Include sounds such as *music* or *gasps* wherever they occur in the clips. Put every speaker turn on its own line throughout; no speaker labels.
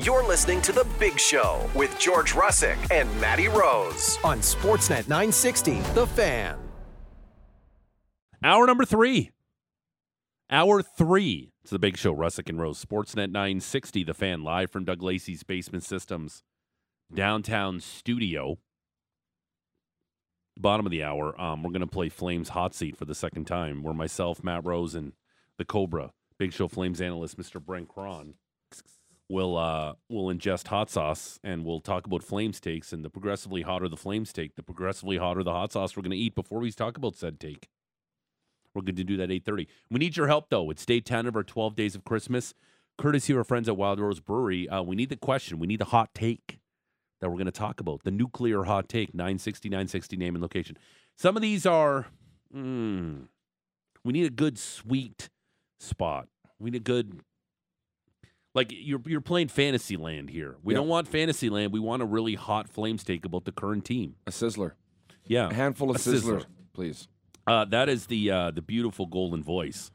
You're listening to The Big Show with George Russick and Matty Rose on Sportsnet 960, The Fan.
Hour number three. Hour three. It's the Big Show, Russick and Rose, Sportsnet 960, The Fan, live from Doug Lacey's Basement Systems downtown studio. Bottom of the hour, um, we're going to play Flames Hot Seat for the second time, where myself, Matt Rose, and the Cobra, Big Show Flames analyst, Mr. Brent Cron, will uh, will ingest hot sauce and we'll talk about Flames takes. And the progressively hotter the Flames take, the progressively hotter the hot sauce we're going to eat before we talk about said take. We're going to do that 8:30. We need your help though. It's day 10 of our 12 days of Christmas. Courtesy of our friends at Wild Rose Brewery, uh, we need the question. We need the hot take that we're going to talk about. The nuclear hot take 960, 960 name and location. Some of these are. Mm, we need a good sweet spot. We need a good. Like you're you're playing Fantasyland here. We
Yeah.
don't want Fantasyland. We want a really hot Flames take about the current team.
A sizzler.
Yeah,
A handful of
A sizzler.
sizzlers, please.
Uh, that is the uh, the beautiful golden voice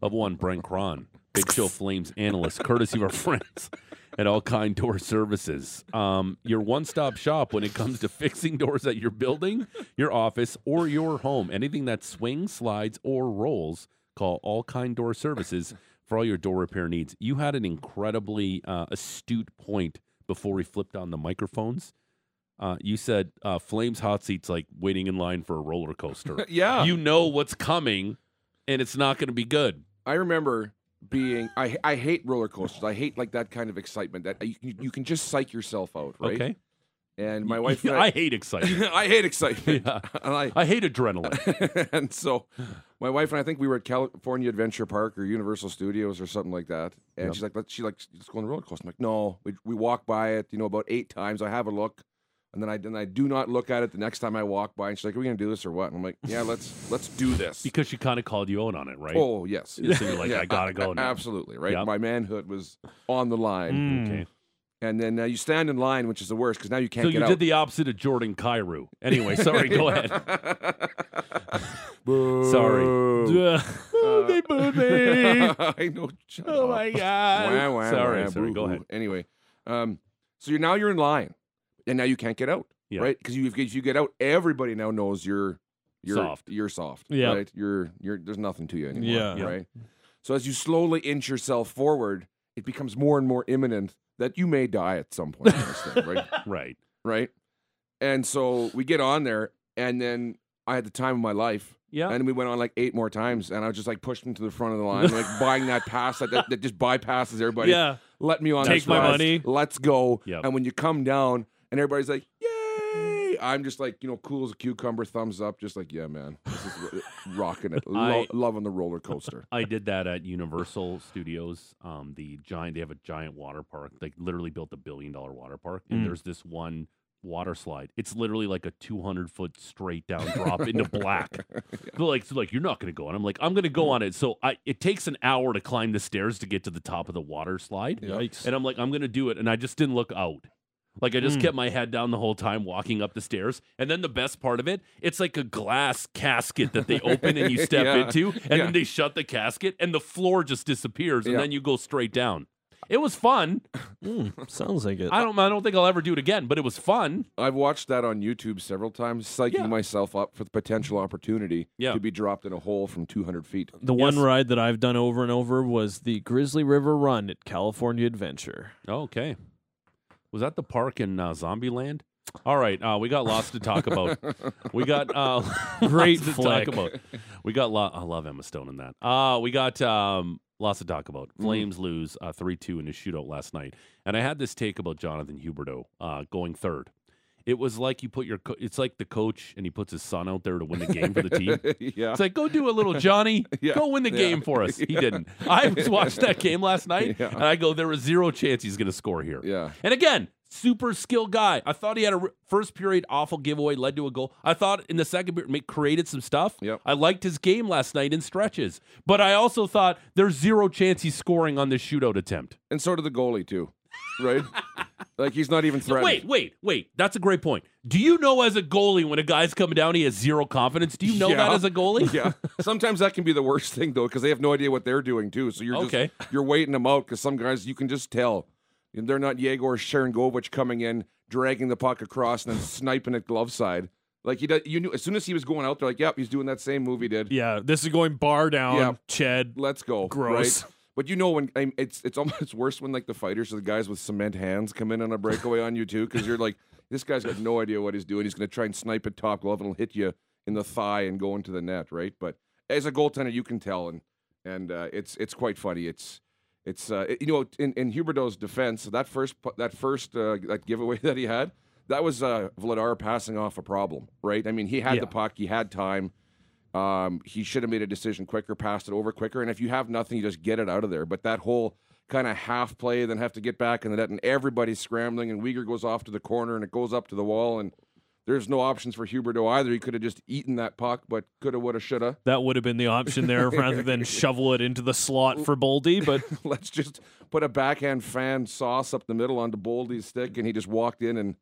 of one Brent Cron, Big Show Flames analyst, courtesy of our *laughs* friends at All Kind Door Services. Um, your one stop shop when it comes to fixing doors at your building, your office, or your home. Anything that swings, slides, or rolls, call All Kind Door Services for all your door repair needs. You had an incredibly uh, astute point before we flipped on the microphones. Uh, you said uh, Flames hot seats like waiting in line for a roller coaster
Yeah.
you know what's coming and it's not going to be good.
I remember being I I hate roller coasters. I hate like that kind of excitement that uh, you, you you can just psych yourself out,
*laughs*
right?
Okay.
And my
*laughs*
wife and
I hate excitement.
I, *laughs* I
*laughs*
hate excitement.
Yeah.
And I
I hate adrenaline.
*laughs*
*laughs*
and so my wife and I think we were at California Adventure Park or Universal Studios or something like that. And she's like, let's she like let's go on the roller coaster. I'm like, no, we we walk by it, you know, about eight times. I have a look. And then I then I do not look at it the next time I walk by. And she's like, Are we gonna do this or what? And I'm like, Yeah, let's let's do this.
Because she kind of called you out on it, right?
oh yes.
So you're *laughs* like, I gotta go now.
Absolutely, right?
Oh, Yep. Mm.
My manhood was on the line.
Okay.
And then uh, you stand in line, which is the worst because now you can't
So
get
you
out.
did the opposite of Jordan Cairo. *laughs* Anyway, sorry, go
*laughs*
ahead. *laughs*
*laughs*
sorry. Oh, they booed *laughs* me.
I know. shut
Oh *laughs*
up.
my god.
Wah, wah,
sorry,
wah,
sorry. Go
boo-hoo.
ahead.
Anyway, um, so you're now you're in line, and now you can't get out,
Yeah.
right? Because you if you get out, everybody now knows you're you're
Soft.
You're soft.
Yeah.
Right. You're you're there's nothing to you anymore.
Yeah. Yeah.
Right. So as you slowly inch yourself forward, it becomes more and more imminent that you may die at some point. in this
*laughs*
thing, right.
Right.
Right. And so we get on there, and then I had the time of my life.
Yeah.
And we went on like eight more times, and I was just like pushed into the front of the line, like buying that pass that, that, that just
*laughs*
bypasses everybody.
Yeah.
Let me on
Take
this
my
ride.
money.
Let's go.
Yep.
And when you come down, and everybody's like, "Yay!" I'm just like, you know, cool as a cucumber, thumbs up, just like, "Yeah, man, this is ro- *laughs* rocking it." Lo-
I-
love on the roller coaster.
*laughs*
I did that at Universal Studios. Um, the giant they have a giant water park. They literally built a billion dollar water park, and
Mm.
there's this one water slide. It's literally like a two hundred foot straight down drop into black. They're like, so like you're not gonna go on. I'm like, I'm gonna go on it. So I it takes an hour to climb the stairs to get to the top of the water slide.
Yikes.
And I'm like, I'm gonna do it. And I just didn't look out. Like I just
Mm.
kept my head down the whole time walking up the stairs. And then the best part of it, it's like a glass casket that
*laughs*
they open and you step
Yeah.
into, and
Yeah.
then they shut the casket and the floor just disappears, and
Yeah.
then you go straight down. It was fun.
Mm, sounds like it.
I don't I don't think I'll ever do it again, but it was fun.
I've watched that on YouTube several times, psyching
Yeah.
myself up for the potential opportunity
Yeah.
to be dropped in a hole from 200 feet.
the one ride that I've done over and over was the Grizzly River Run at California Adventure.
Okay. Was that the park in uh, Zombieland? All right, uh, we got lots to talk *laughs* about. We got uh, *laughs*
Great
lots to
flick.
talk about. We got lo- I love Emma Stone in that. Uh, we got um, lots to talk about. Flames lose uh, three two in a shootout last night, and I had this take about Jonathan Huberto uh, going third. It was like you put your co- it's like the coach and he puts his son out there to win the game for the *laughs* team.
*laughs* yeah.
*laughs*
It's like, go do a little Johnny.
*laughs* Yeah.
Go win the
*laughs* Yeah.
game for us. He didn't. I was watched that game last night,
*laughs* Yeah.
and I go, there was zero chance he's going to score here.
Yeah.
And again, super skilled guy. I thought he had a r- first period awful giveaway, led to a goal. I thought in the second period, ma- created some stuff.
Yep.
I liked his game last night in stretches, but I also thought there's zero chance he's scoring on this shootout attempt.
And so did the goalie too,
*laughs*
right? like he's not even threatened.
Wait, wait, wait. That's a great point. Do you know as a goalie when a guy's coming down, he has zero confidence? Do you know that
Yeah.
as a goalie?
*laughs* Yeah. Sometimes that can be the worst thing though, because they have no idea what they're doing too. So you're
Okay.
just you're waiting them out because some guys you can just tell. And they're not Yegor Sharangovich coming in, dragging the puck across and then sniping at glove side. Like he does, you knew as soon as he was going out there, like, yep, he's doing that same move he did.
Yeah, this is going bar down,
Yeah.
Ched.
Let's go.
Gross.
Right? But you know when I, it's it's *laughs* almost worse when like the fighters or the guys with cement hands come in on a breakaway on you too because you're like this guy's got no idea what he's doing. He's going to try and snipe at top glove and he'll hit you in the thigh and go into the net, right? But as a goaltender, you can tell and and uh, it's it's quite funny. It's it's uh, it- you know in in Huberdeau's defense that first pu- that first uh, that giveaway *laughs* that he had that was uh, Vladar passing off a problem, right? I mean he had the
Yeah.
puck, he had time. Um, he should have made a decision quicker, passed it over quicker. And if you have nothing, you just get it out of there. But that whole kind of half play, then have to get back in the net, and everybody's scrambling, and Uyghur goes off to the corner, and it goes up to the wall, and there's no options for Huberto either. He could have just eaten that puck, but coulda, woulda, shoulda. *laughs*
That would have been the option *laughs* there rather than shovel it into the slot for Boldy, *laughs* but
Let's just put a backhand fan sauce up the middle onto Boldy's stick, and he just walked in and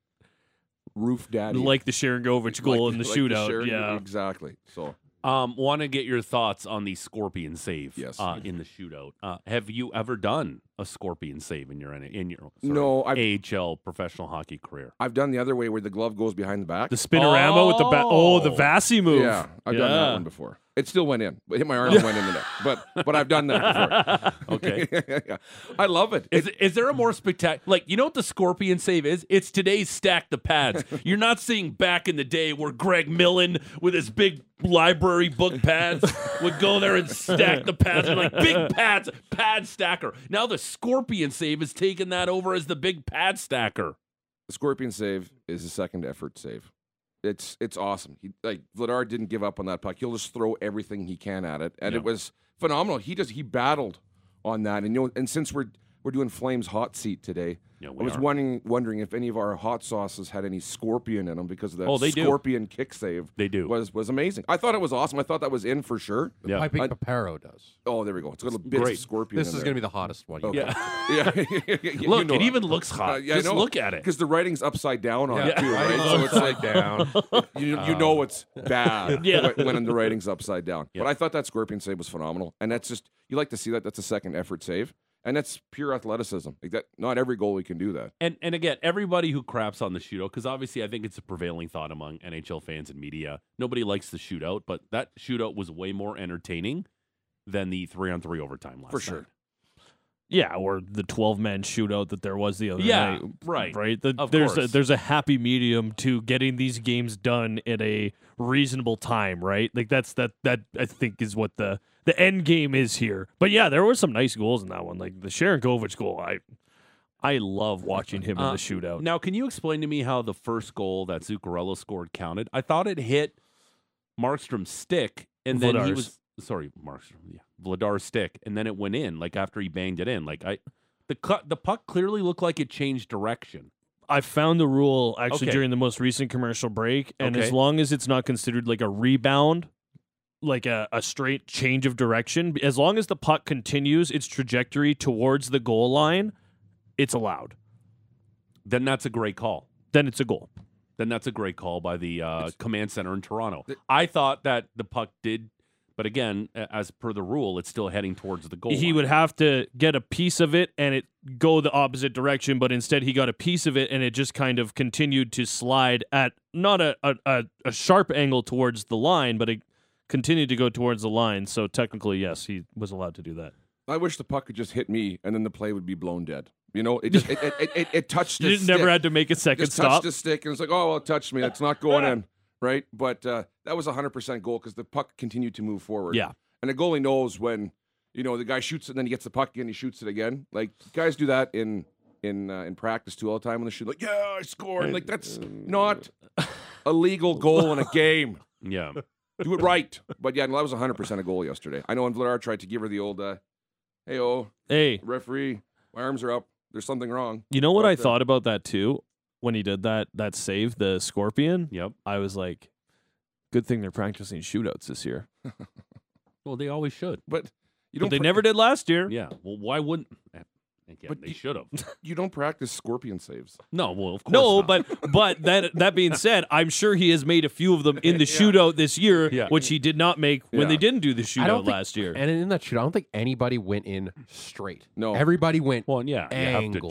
roof daddy *laughs*
*laughs* like the Sharangovich goal in the shootout. yeah.
exactly. So
Um, want to get your thoughts on the scorpion save?
Yes.
Uh, in the shootout, uh, have you ever done a scorpion save in your N- in your sorry,
No, I've-
AHL professional hockey career?
I've done the other way where the glove goes behind the back.
The spinorama with the ba- oh the
Oh.
Vasi move.
Yeah, I've done that
Yeah.
one before. It still went in, but my arm went in the net. But but I've done that
*laughs* Okay.
before. *laughs* Yeah. I love it.
Is, is there a more spectacular? Like, you know what the scorpion save is? It's today's stack the
*laughs*
pads. You're not seeing back in the day where Greg Millen with his big library book pads would go there and stack the pads. They're like big pads, pad stacker. Now the scorpion save is taking that over as the big pad stacker.
The scorpion save is a second effort save. It's it's awesome. He like Vladar didn't give up on that puck. He'll just throw everything he can at it, and it was phenomenal. He just he battled on that, and you know, and since we're we're doing Flames hot seat today,
Yeah,
I
we
was
are.
wondering wondering if any of our hot sauces had any scorpion in them because of that
Oh, they do.
scorpion kick save.
They do.
was was amazing. I thought it was awesome. I thought that was in for sure.
Yeah.
Piping
I-
Papero does.
Oh, there we go. It's got a bit
great.
of scorpion.
This is going to be the hottest one.
Okay.
Yeah.
*laughs* Yeah. yeah. you
Look,
know Uh,
it even looks hot. Just look at it.
Because the writing's upside down on it, too, right?
I
So it's like,
down.
you, you know it's bad
Yeah.
when, when the writing's upside down. But I thought that scorpion save was phenomenal. And that's just, you like to see that. That's a second effort save. And that's pure athleticism. Like that, not every goalie can do that.
And and again, everybody who craps on the shootout, because obviously I think it's a prevailing thought among NHL fans and media. Nobody likes the shootout, but that shootout was way more entertaining than the three on three overtime last
For sure.
night.
Yeah, or the twelve man shootout that there was the other
Yeah,
night.
right.
Right. The-
Of
there's a
course.
there's a happy medium to getting these games done at a reasonable time, right? Like that's that that I think is what the the end game is here. But yeah, there were some nice goals in that one. Like the Sharon Govich goal. I I love watching him in
Uh,
the shootout.
Now, can you explain to me how the first goal that Zuccarello scored counted? I thought it hit Markstrom's stick, and then he
Vladar's.
was sorry, Markstrom, yeah, Vladar's stick, and then it went in. Like after he banged it in, like I, the cut, the puck clearly looked like it changed direction.
I found the rule actually
Okay.
during the most recent commercial break, and
Okay.
as long as it's not considered like a rebound, like a, a straight change of direction, as long as the puck continues its trajectory towards the goal line, it's allowed.
Then that's a great call.
Then it's a goal.
then that's a great call by the uh, command center in Toronto. I thought that the puck did, but again, a- as per the rule, it's still heading towards the goal.
he
line.
would have to get a piece of it and it go the opposite direction, but instead he got a piece of it and it just kind of continued to slide at not a, a, a, a sharp angle towards the line, but it continued to go towards the line. So technically, yes, he was allowed to do that.
I wish the puck could just hit me and then the play would be blown dead. You know, it just, it, it, it, it, it touched
You
his
just never
stick.
had to make a second
just touched
stop.
the stick and it's like, oh well, it touched me. That's
*laughs*
not going in, right? But uh, that was a hundred percent goal because the puck continued to move forward.
Yeah.
and a goalie knows when you know the guy shoots it and then he gets the puck again, he shoots it again. Like guys do that in in uh, in practice too all the time when they shoot. Like, yeah, I scored. Like that's
*laughs*
not a legal goal in a game.
*laughs* yeah.
Do it right. But yeah, no, that was hundred percent a goal yesterday. I know when Vladar tried to give her the old, uh, hey oh
hey,
referee, my arms are up. There's something wrong.
you know what
But
I
the-
thought about that too when he did that that save the scorpion.
Yep.
I was like, good thing they're practicing shootouts this year.
Well, they always should.
But you
But
don't.
they
pra-
never did last year.
Yeah. Well, why wouldn't? eh, Again,
But
they
you-
should have.
You don't practice scorpion saves.
No, well, of course.
No,
not.
but but that that being said, I'm sure he has made a few of them in the shootout this year,
Yeah.
which he did not make when
Yeah.
they didn't do the
I don't
shootout
think-
last year.
And in that shootout, I don't think anybody went in straight.
No.
everybody went
Well, and yeah, you
angle,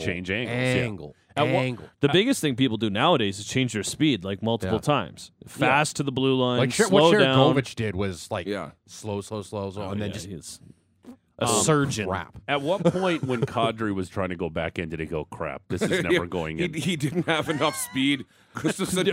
have to change angles.
angle,
At what-
angle.
the biggest thing people do nowadays is change their speed like multiple
Yeah.
times, fast to the blue line,
Like Sher-
slow
what
down.
Sharagovich did was like
Yeah.
slow, slow, slow, slow,
Oh,
and then
yeah,
just
he is a
um,
surgeon.
crap.
Yeah. At
*laughs*
what point when Kadri was trying to go back in, did he go, crap, this is never
Yeah,
going
he,
in?
he didn't have enough speed. Gustafsson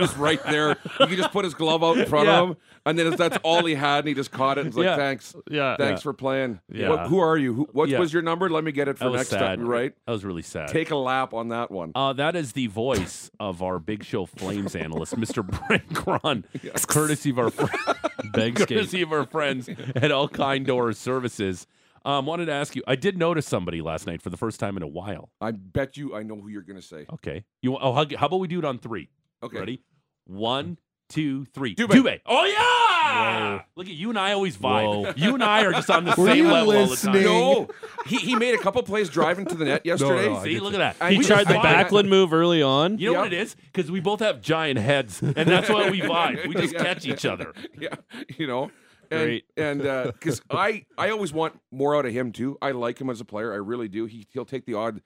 *laughs*
was right there. He could just put his glove out in front
Yeah.
of him, and then that's all he had, and he just caught it and was like,
Yeah.
"Thanks,
Yeah.
thanks for playing.
Yeah.
What, who are you? Who, what
Yeah.
was your number? Let me get it for
That was
next
sad.
time. Right?
That was really sad.
Take a lap on that one.
Uh, that is the voice of our Big Show Flames analyst, Mr. Brent Cron, courtesy of our friend,
Begscape.
courtesy of our friends at All Kind Door Services. Um, wanted to ask you. I did notice somebody last night for the first time in a while.
I bet you I know who you're gonna say.
Okay, you. Oh, how, how about we do it on three?
Okay.
Ready? One, two, three.
Dubé.
Oh yeah! Look at you and I always vibe. You and I are just on the
Were
same
you
level all the time.
listening?
*laughs*
No, he, he made a couple plays driving to the net yesterday.
no, I
See,
get
look at that.
I
He
We
tried the
just- I-
backlund move early on.
You know what
Yeah.
it is? Because we both have giant heads, and that's why we vibe. We just
*laughs* Yeah.
catch each other.
*laughs* yeah, you know. And,
Great.
And
*laughs*
because I, I always want more out of him too. I like him as a player. I really do. He he'll take the odd,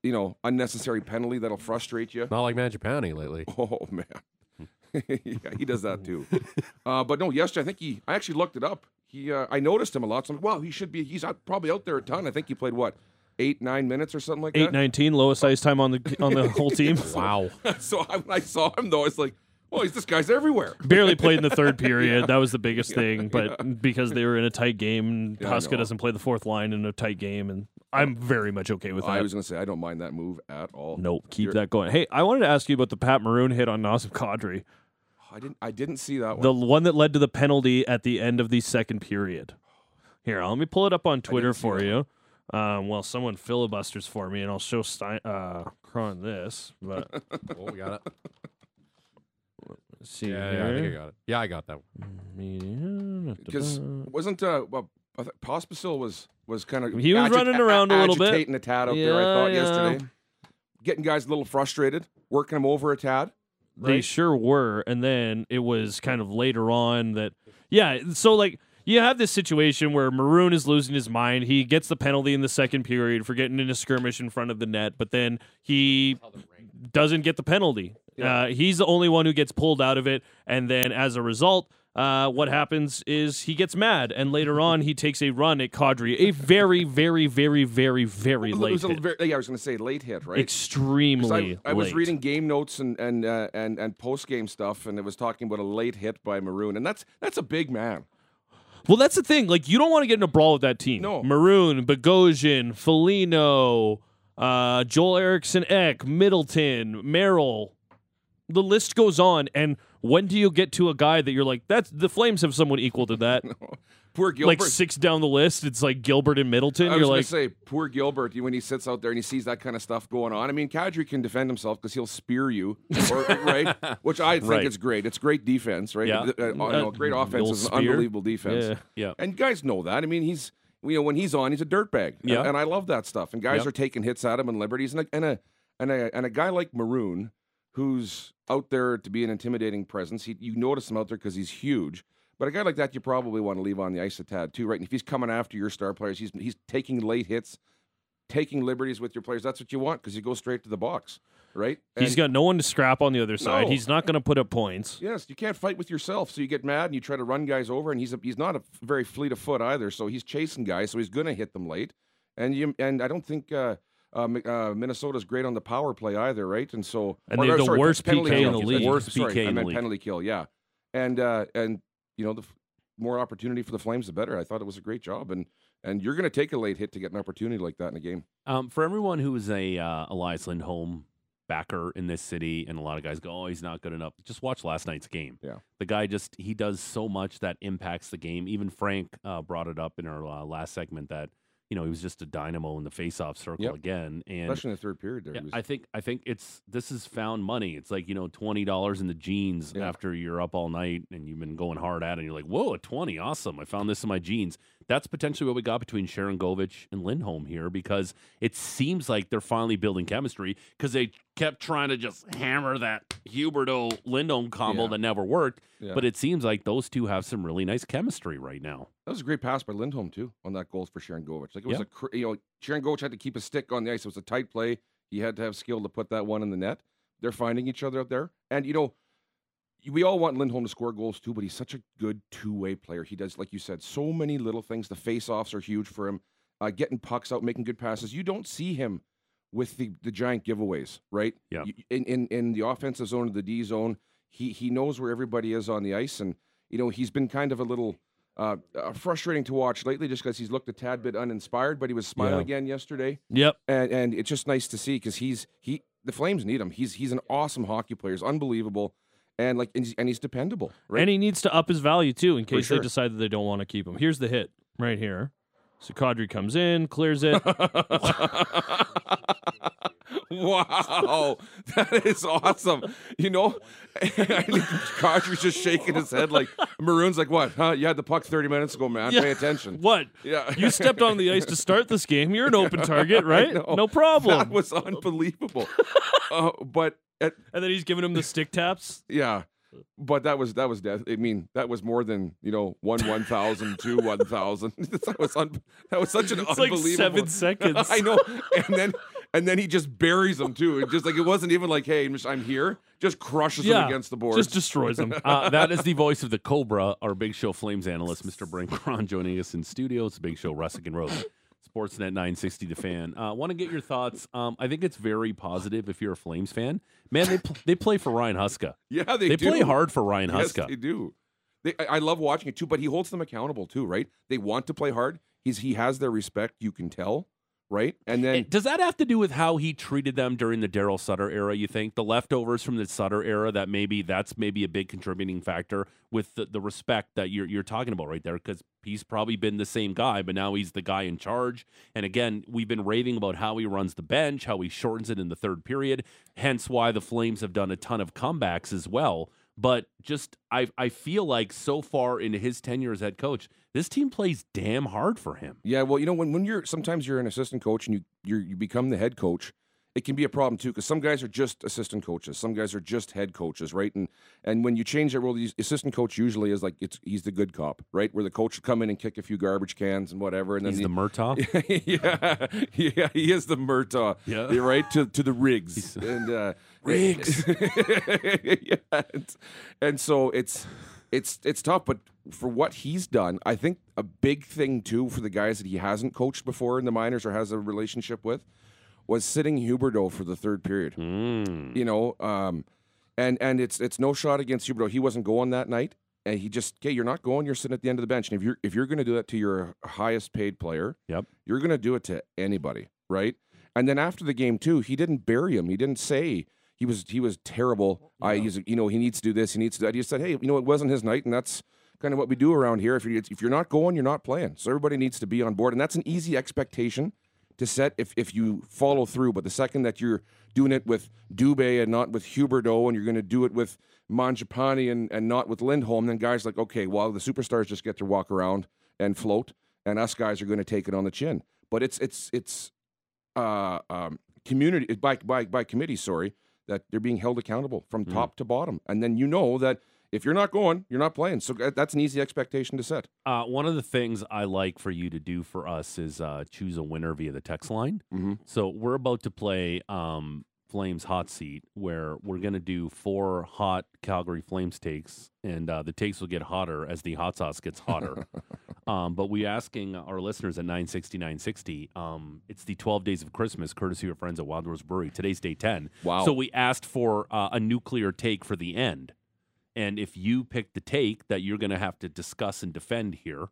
you know, unnecessary penalty that'll frustrate
*laughs*
you.
Not like Mangiapane lately.
Oh man, *laughs* yeah, he does that too. uh, but no, yesterday I think he. I actually looked it up. He, uh, I noticed him a lot. So I'm like, wow, he should be. He's out, probably out there a ton. I think he played what, eight, nine minutes or something like
Eight
that.
nineteen, lowest ice time on the on
*laughs*
the whole team.
Wow.
so I, when I saw him though, I was like, well, he's this guy's everywhere.
*laughs* barely played in the third
*laughs*
period. That was the biggest thing, but because they were in a tight game, and
Yeah, I
Huska
know.
doesn't play the fourth line in a tight game, and I'm very much okay with
I
that.
was gonna say I don't mind that move at all.
nope, keep
You're-
that going. Hey, I wanted to ask you about the Pat Maroon hit on Nassim Kadri,
I didn't. I didn't see that one.
the one that led to the penalty at the end of the second period. Here, let me pull it up on Twitter
see
for
that.
you. Um, well, someone filibusters for me, and I'll show Stein, uh, Cron this. But
*laughs*
Oh, we got it.
let's see
Yeah, yeah, I think I
here.
got it. Yeah, I got that. One.
Media-
because wasn't uh well, I th- Pospisil was was kind of
He was running around a little bit.
agitating a tad out there. I
Yeah,
thought
yeah.
yesterday, getting guys a little frustrated, working them over a tad.
They sure were. And then it was kind of later on that, yeah. So, like, you have this situation where Maroon is losing his mind. He gets the penalty in the second period for getting in a skirmish in front of the net, but then he doesn't get the penalty. Uh, he's the only one who gets pulled out of it. And then as a result, uh, what happens is he gets mad, and
*laughs*
later on he takes a run at Kadri, a very, very, very, very, very
It
late,
was a
hit.
very, yeah, I was going to say late hit, right? 'Cause
extremely.
I, I was
late.
reading game notes and and uh, and and post game stuff, and it was talking about a late hit by Maroon, and that's that's a big man.
Well, that's the thing. Like, you don't want to get in a brawl with that team.
No.
Maroon, Bogosian, Felino, uh, Joel Erickson Eck, Middleton, Merrill. The list goes on. And when do you get to a guy that you're like, that's the Flames have someone equal
*laughs*
to that?
Poor Gilbert.
like six down the list, it's like Gilbert and Middleton.
I was
you're
going
like,
to say, poor Gilbert, when he sits out there and he sees that kind of stuff going on. I mean, Kadri can defend himself because he'll spear you, or, right? Which I think
Right.
is great. It's great defense, right?
Yeah.
Uh, uh, you know, great offense
little
is an
spear.
unbelievable defense.
Yeah.
Yeah.
And guys know that. I mean, he's you know when he's on, he's a dirtbag. And-
Yeah.
And, I love that stuff. And guys
Yeah.
are taking hits at him and liberties, and a, and a and a and a guy like Maroon, who's out there to be an intimidating presence. He, you notice him out there because he's huge. But a guy like that, you probably want to leave on the ice a tad too, right? And if he's coming after your star players, he's he's taking late hits, taking liberties with your players. That's what you want because you go straight to the box, right?
he's
And-
got no one to scrap on the other side.
No.
He's not going to put up points.
Yes, you can't fight with yourself, so you get mad and you try to run guys over. And he's a, he's not a very fleet of foot either, so he's chasing guys, so he's gonna hit them late. And you and I don't think uh, uh, Mi- uh, Minnesota's great on the power play either, right? And so
And
or,
they have
or,
the
sorry,
worst
penalty
PK in
kill.
the
That's-
league.
Worst
sorry,
PK
I
in the
meant
league.
penalty kill, yeah. And uh, and you know the f- more opportunity for the Flames, the better. I thought it was a great job, and and you're gonna take a late hit to get an opportunity like that in a game.
Um, for everyone who is a uh, Elias Lindholm backer in this city, and a lot of guys go, "Oh, he's not good enough." Just watch last night's game.
Yeah.
the guy just he does so much that impacts the game. Even Frank uh, brought it up in our uh, last segment that you know he was just a dynamo in the faceoff circle
Yep.
again, and
Especially in the third period, there.
yeah,
he was-
I think I think it's this is found money. It's like you know twenty dollars in the jeans
Yeah.
after you're up all night and you've been going hard at it. and You're like, whoa, a twenty, awesome! I found this in my jeans. that's potentially what we got between Sharon Govich and Lindholm here because it seems like they're finally building chemistry because they kept trying to just hammer that Huberto Lindholm combo
Yeah.
that never worked.
Yeah.
But it seems like those two have some really nice chemistry right now.
That was a great pass by Lindholm too on that goal for Sharon Govich. Like it was
Yeah.
a cr- you know Sharon Govich had to keep his stick on the ice. It was a tight play. He had to have skill to put that one in the net. They're finding each other out there, and you know we all want Lindholm to score goals too, but he's such a good two way player. He does like you said so many little things. The face offs are huge for him. Uh, getting pucks out, making good passes. You don't see him with the, the giant giveaways, right?
Yeah.
You- In, in in the offensive zone or the D zone, he he knows where everybody is on the ice, and you know he's been kind of a little uh, uh, frustrating to watch lately, just because he's looked a tad bit uninspired. But he was smiling
Yeah.
again yesterday,
Yep.
and and it's just nice to see because he's he the Flames need him. He's he's an awesome hockey player. He's unbelievable, and like and he's, and he's dependable. Right?
And he needs to up his value too in case
sure.
they decide that they don't want to keep him. Here's the hit right here. So Kadri comes in,
*laughs*
clears it.
*laughs* wow, *laughs* that is awesome. You know, *laughs* Kadri's just shaking his head
*laughs*
like Maroon's like, "What? Huh? You had the puck thirty minutes ago, man.
Yeah.
Pay attention."
what?
Yeah,
*laughs* You stepped on the ice to start this game. You're an open
*laughs*
target, right?
know.
No problem.
That was
*laughs*
unbelievable. uh, but at,
and then he's giving him the stick taps.
yeah,
Mm.
but that was that was death. I mean, that was more than you know one one thousand
*laughs*
two one thousand. *laughs* that was un- that was such an
It's like
unbelievable. *laughs*
seven seconds.
I know, and then and then he just buries him too. It just like it wasn't even like, hey, I'm here. Just crushes him against the board.
Just destroys him.
Uh, that is the voice of the Cobra, our Big Show Flames analyst, Mr. Brent Cron, joining us in studio. It's Big Show Russick and Rose, Sportsnet 960, the fan. Uh, Want to get your thoughts. Um, I think it's very positive if you're a Flames fan. Man, they, pl- they play for Ryan Huska.
*laughs* yeah, they,
They,
do.
play hard for Ryan
Yes,
Huska.
they do. They, I, I love watching it too, but he holds them accountable too, right? They want to play hard. He's he has their respect. You can tell, right? And then
Does that have to do with how he treated them during the Daryl Sutter era? You think the leftovers from the Sutter era that maybe that's maybe a big contributing factor with the, the respect that you're you're talking about right there? Because he's probably been the same guy, but now he's the guy in charge. And again, we've been raving about how he runs the bench, how he shortens it in the third period. Hence, why the Flames have done a ton of comebacks as well. But just I I feel like so far in his tenure as head coach, this team plays damn hard for him.
Yeah, well, you know, when, when you're sometimes you're an assistant coach and you you're, you become the head coach, it can be a problem too because some guys are just assistant coaches, some guys are just head coaches, right? And and when you change that role, the assistant coach usually is like it's he's the good cop, right? Where the coach will come in and kick a few garbage cans and whatever, and then
He's the Murtaugh.
*laughs* yeah, yeah, he is the Murtaugh.
Yeah.
You're right to to the rigs and uh, *laughs* rigs. and, and so it's it's it's tough, but for what he's done, I think a big thing too for the guys that he hasn't coached before in the minors or has a relationship with was sitting Huberto for the third period. You know, um, and and it's it's no shot against Huberto. He wasn't going that night, and he just okay, you're not going. You're sitting at the end of the bench, and if you're if you're going to do that to your highest paid player,
Yep.
you're going to do it to anybody, right? And then after the game too, he didn't bury him. He didn't say he was he was terrible. I he's you know he needs to do this. He needs to. do that. He just said, hey, you know it wasn't his night, and that's kind of what we do around here. If you if you're not going, you're not playing. So everybody needs to be on board, and that's an easy expectation to set if, if you follow through. But the second that you're doing it with Dubé and not with Huberto, and you're going to do it with Manjapani and, and not with Lindholm, then guys like, okay, well, the superstars just get to walk around and float, and us guys are going to take it on the chin. But it's it's it's uh, um, community it- by by by committee. Sorry, that they're being held accountable from top to bottom, and then you know that. If you're not going, you're not playing. So uh, that's an easy expectation to set.
Uh, one of the things I like for you to do for us is uh, choose a winner via the text line.
Mhm.
So we're about to play um, Flames Hot Seat, where we're going to do four hot Calgary Flames takes, and uh, the takes will get hotter as the hot sauce gets hotter. um, but we asking our listeners at 960, 960, um, it's the 12 days of Christmas, courtesy of our friends at Wild Rose Brewery. Today's day 10.
Wow.
So we asked for uh, a nuclear take for the end. And if you pick the take that you're going to have to discuss and defend here,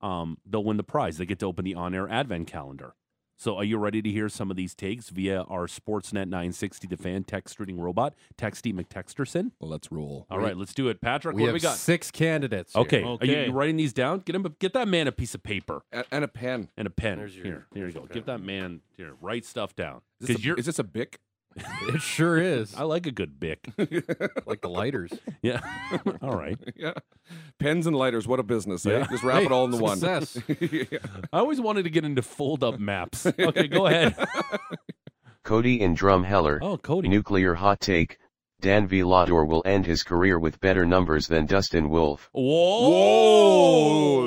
um, they'll win the prize. They get to open the on air advent calendar. So are you ready to hear some of these takes via our Sportsnet 960 The Fan text reading robot, Texty McTexterson?
let's roll.
All right, let's do it. Patrick,
We
what do
have
we got?
six candidates. here.
Okay, are you,
Okay.
you writing these down? Get him, a- get that man a piece of paper
And a pen.
and a pen.
There's your-
here, here you
there's
go.
your
Give that man here. Write stuff down
Is this,
because
a,
you're
is this a bic?
*laughs* It sure is.
I like a good bick.
like the lighters.
Yeah. *laughs* All right.
yeah. Pens and lighters, what a business. eh?
Yeah.
Just wrap
Hey,
it all into one.
success.
Yeah.
I always wanted to get into fold up maps. Okay, go ahead.
Cody and Drumheller,
Oh, Cody.
nuclear hot take, Dan Vilador will end his career with better numbers than Dustin Wolf.
Whoa.
Whoa,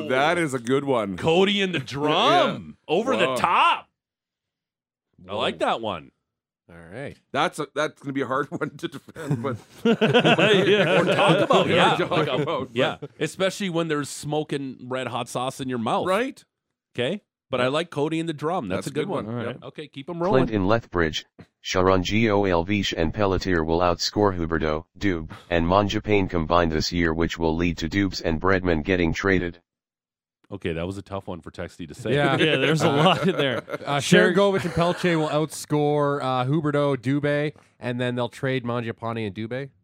Oh, that is a good one.
Cody and the drum over *laughs* the
Wow.
top. I like that one.
All right.
That's a, that's going to be a hard *laughs* one to defend,
*laughs*
but
Yeah.
Or talk about,
Or
yeah.
talk
Like a- *laughs*
about, but-
yeah, especially when there's smoking red hot sauce in your mouth.
right?
Okay. But I like Cody and the drum. That's, a good, one.
All
right.
Okay, keep them rolling.
Clinton Lethbridge, Sharanggio Elvish and Pelletier will outscore Huberto, Dube, and Monjapane combined this year which will lead to Dubes and Bredman getting traded.
Okay, that was a tough one for Texty to say.
Yeah.
yeah, there's a lot in there.
Uh, Sharon Govich and Pelche will outscore uh, Huberto, Dubé, and then they'll trade Mangiapane and Dubé.
*laughs*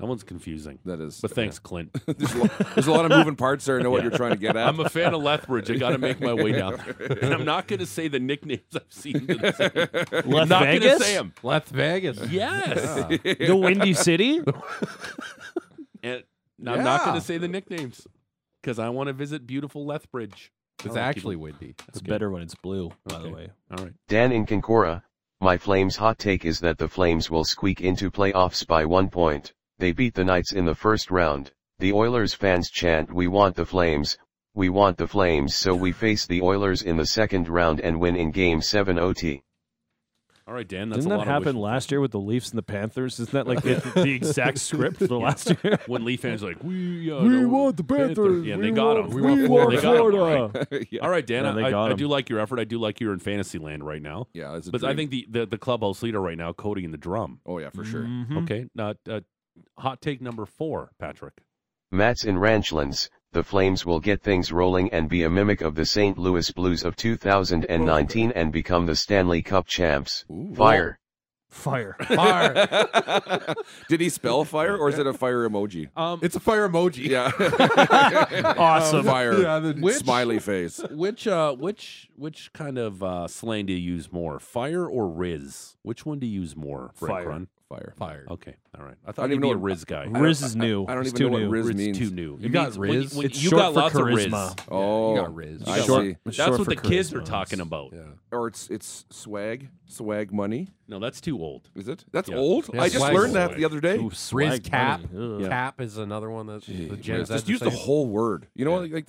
That one's confusing.
That is.
But thanks, Clint.
there's, a lot, there's a lot of moving parts there. I know what you're trying to get at.
I'm a fan of Lethbridge. I got to make my way down. And I'm not going to say the nicknames I've seen. To the same.
Las
I'm not going to
Vegas?
say them.
Left Vegas.
Yes.
*laughs* The Windy *laughs* City?
And I'm not going
Yeah.
to say the nicknames because I want to visit beautiful Lethbridge.
It's
I like
actually windy.
It's better when it's blue, by the way.
All right.
Dan in Concora, my Flames hot take is that the Flames will squeak into playoffs by one point. They beat the Knights in the first round. The Oilers fans chant we want the Flames, we want the Flames so we face the Oilers in the second round and win in game 7 OT.
All right, Dan. That's
Didn't
a
that
lot
happen
of wish-
last year with the Leafs and the Panthers? Isn't that like *laughs* the, the exact script for the last *laughs* year?
when Leaf fans are like, we, uh,
We
no,
want the Oh, Panthers.
Yeah,
We
they got
want-
him.
we want
they
Florida.
got 'em. All
Florida.
right.
*laughs*
*laughs*
yeah.
All right, Dan.
Yeah, they
I,
got
I
'em.
do like your effort. I do like you're in fantasy land right now.
yeah, it's a
But I
dream.
think the, the, the clubhouse leader right now, Cody and the drum.
Oh yeah, for
Mm.
sure.
Mm-hmm.
Okay. Not uh, hot take number four, Patrick.
Mats in Ranchlands, the Flames will get things rolling and be a mimic of the St. Louis Blues of 2019 and become the Stanley Cup champs. Fire.
Fire. *laughs*
Fire.
Did he spell fire or
*laughs*
is it a fire emoji?
Um,
It's a fire emoji. *laughs*
Yeah.
Awesome.
fire.
Yeah, the-
Which-
Smiley face.
which uh, which which kind of uh, slang do you use more, fire or riz? Which one do you use more? Brett
Fire.
Crun?
Fire.
Fire.
Okay, all right. I thought
don't
you'd
even
be
know
a
what-
riz guy.
Riz is new.
I don't
It's
even
too
know what
new.
Riz
Riz
means.
too new.
You got
when-
riz?
when-
It's
you
short
got
for
lots
charisma.
of
Oh,
You got Riz.
I
Short-
see.
riz.
it's
That's
short
what
for
the kids are
charisma.
talking about.
Yeah.
Or it's it's swag, swag money.
No, that's too old.
Is it? That's
Yeah.
old.
Yeah,
I just
swag.
learned that the other day.
Ooh, swag
Riz cap.
money. Ugh.
Cap is another one that's the Gen Z
just use the
say.
whole word. You know, like, like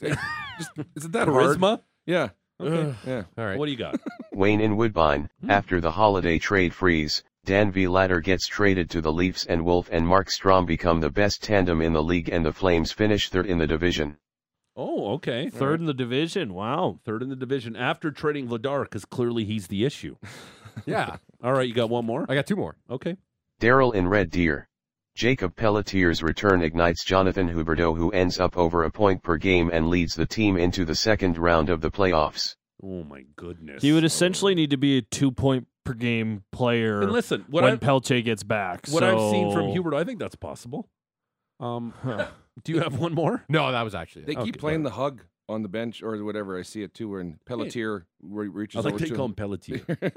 just, isn't that hard?
Charisma.
Yeah. Okay. yeah.
All right.
What do you got?
Wayne in Woodbine, after the holiday trade freeze, Dan V. Latter gets traded to the Leafs and Wolf and Mark Strom become the best tandem in the league and the Flames finish third in the division.
*laughs* oh, okay.
Third in the division. Wow.
Third in the division after trading Vladar because clearly he's the issue. *laughs*
Yeah.
All right, you got one more.
I got two more.
Okay.
Daryl in Red Deer. Jacob Pelletier's return ignites Jonathan Huberdeau who ends up over a point per game and leads the team into the second round of the playoffs.
Oh my goodness.
He would essentially need to be a two point per game player
And listen, what
when
I've,
Pelche gets back.
what I've seen from
so-
Hubert, I think that's possible. Um, do you have one more?
No, that was actually it.
They keep
Okay,
playing the hug on the bench or whatever. I see it too. When Pelletier re-
I
reaches
like
over
to
to
call
him.
him Pelletier.
*laughs*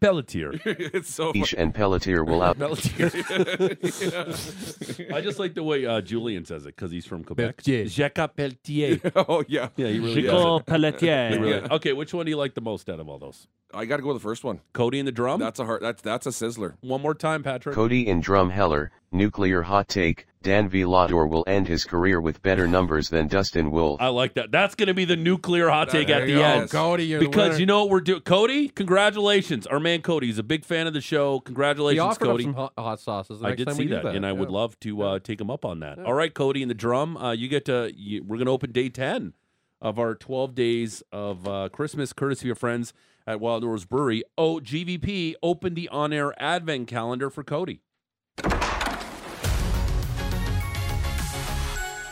Pelletier.
*laughs* it's so
Ish and Pelletier will
*laughs*
out.
Pelletier.
funny.
I just like the way uh, Julian says it because he's from Quebec.
Pelletier.
Jacques Pelletier.
*laughs*
*laughs*
oh yeah.
Yeah, he really does.
Chico Pelletier.
He really- Okay, which one do you like the most out of all those?
I got to go with the first one.
Cody and the drum?
That's a hard. That's that's a sizzler.
one more time, Patrick.
Cody in Drumheller, nuclear hot take, Dan Vilador will end his career with better numbers than Dustin Wolf.
I like that. That's going to be the nuclear hot take
There
at
you
the
go.
end.
Oh, Cody, you're the
Because
winner.
you know what we're doing, Cody. Congratulations, our man Cody. He's a big fan of the show.
He
Congratulations,
offered up
Cody.
some hot, hot sauces. The
I
next
did
time
see
we do
that, and I would
Yeah.
love to uh, take him up on that. All right, Cody and the drum. Uh, you get to. You, we're going to open day ten of our twelve days of uh, Christmas, courtesy of your friends at Wild Doors Brewery. Oh, GVP opened the on-air advent calendar for Cody.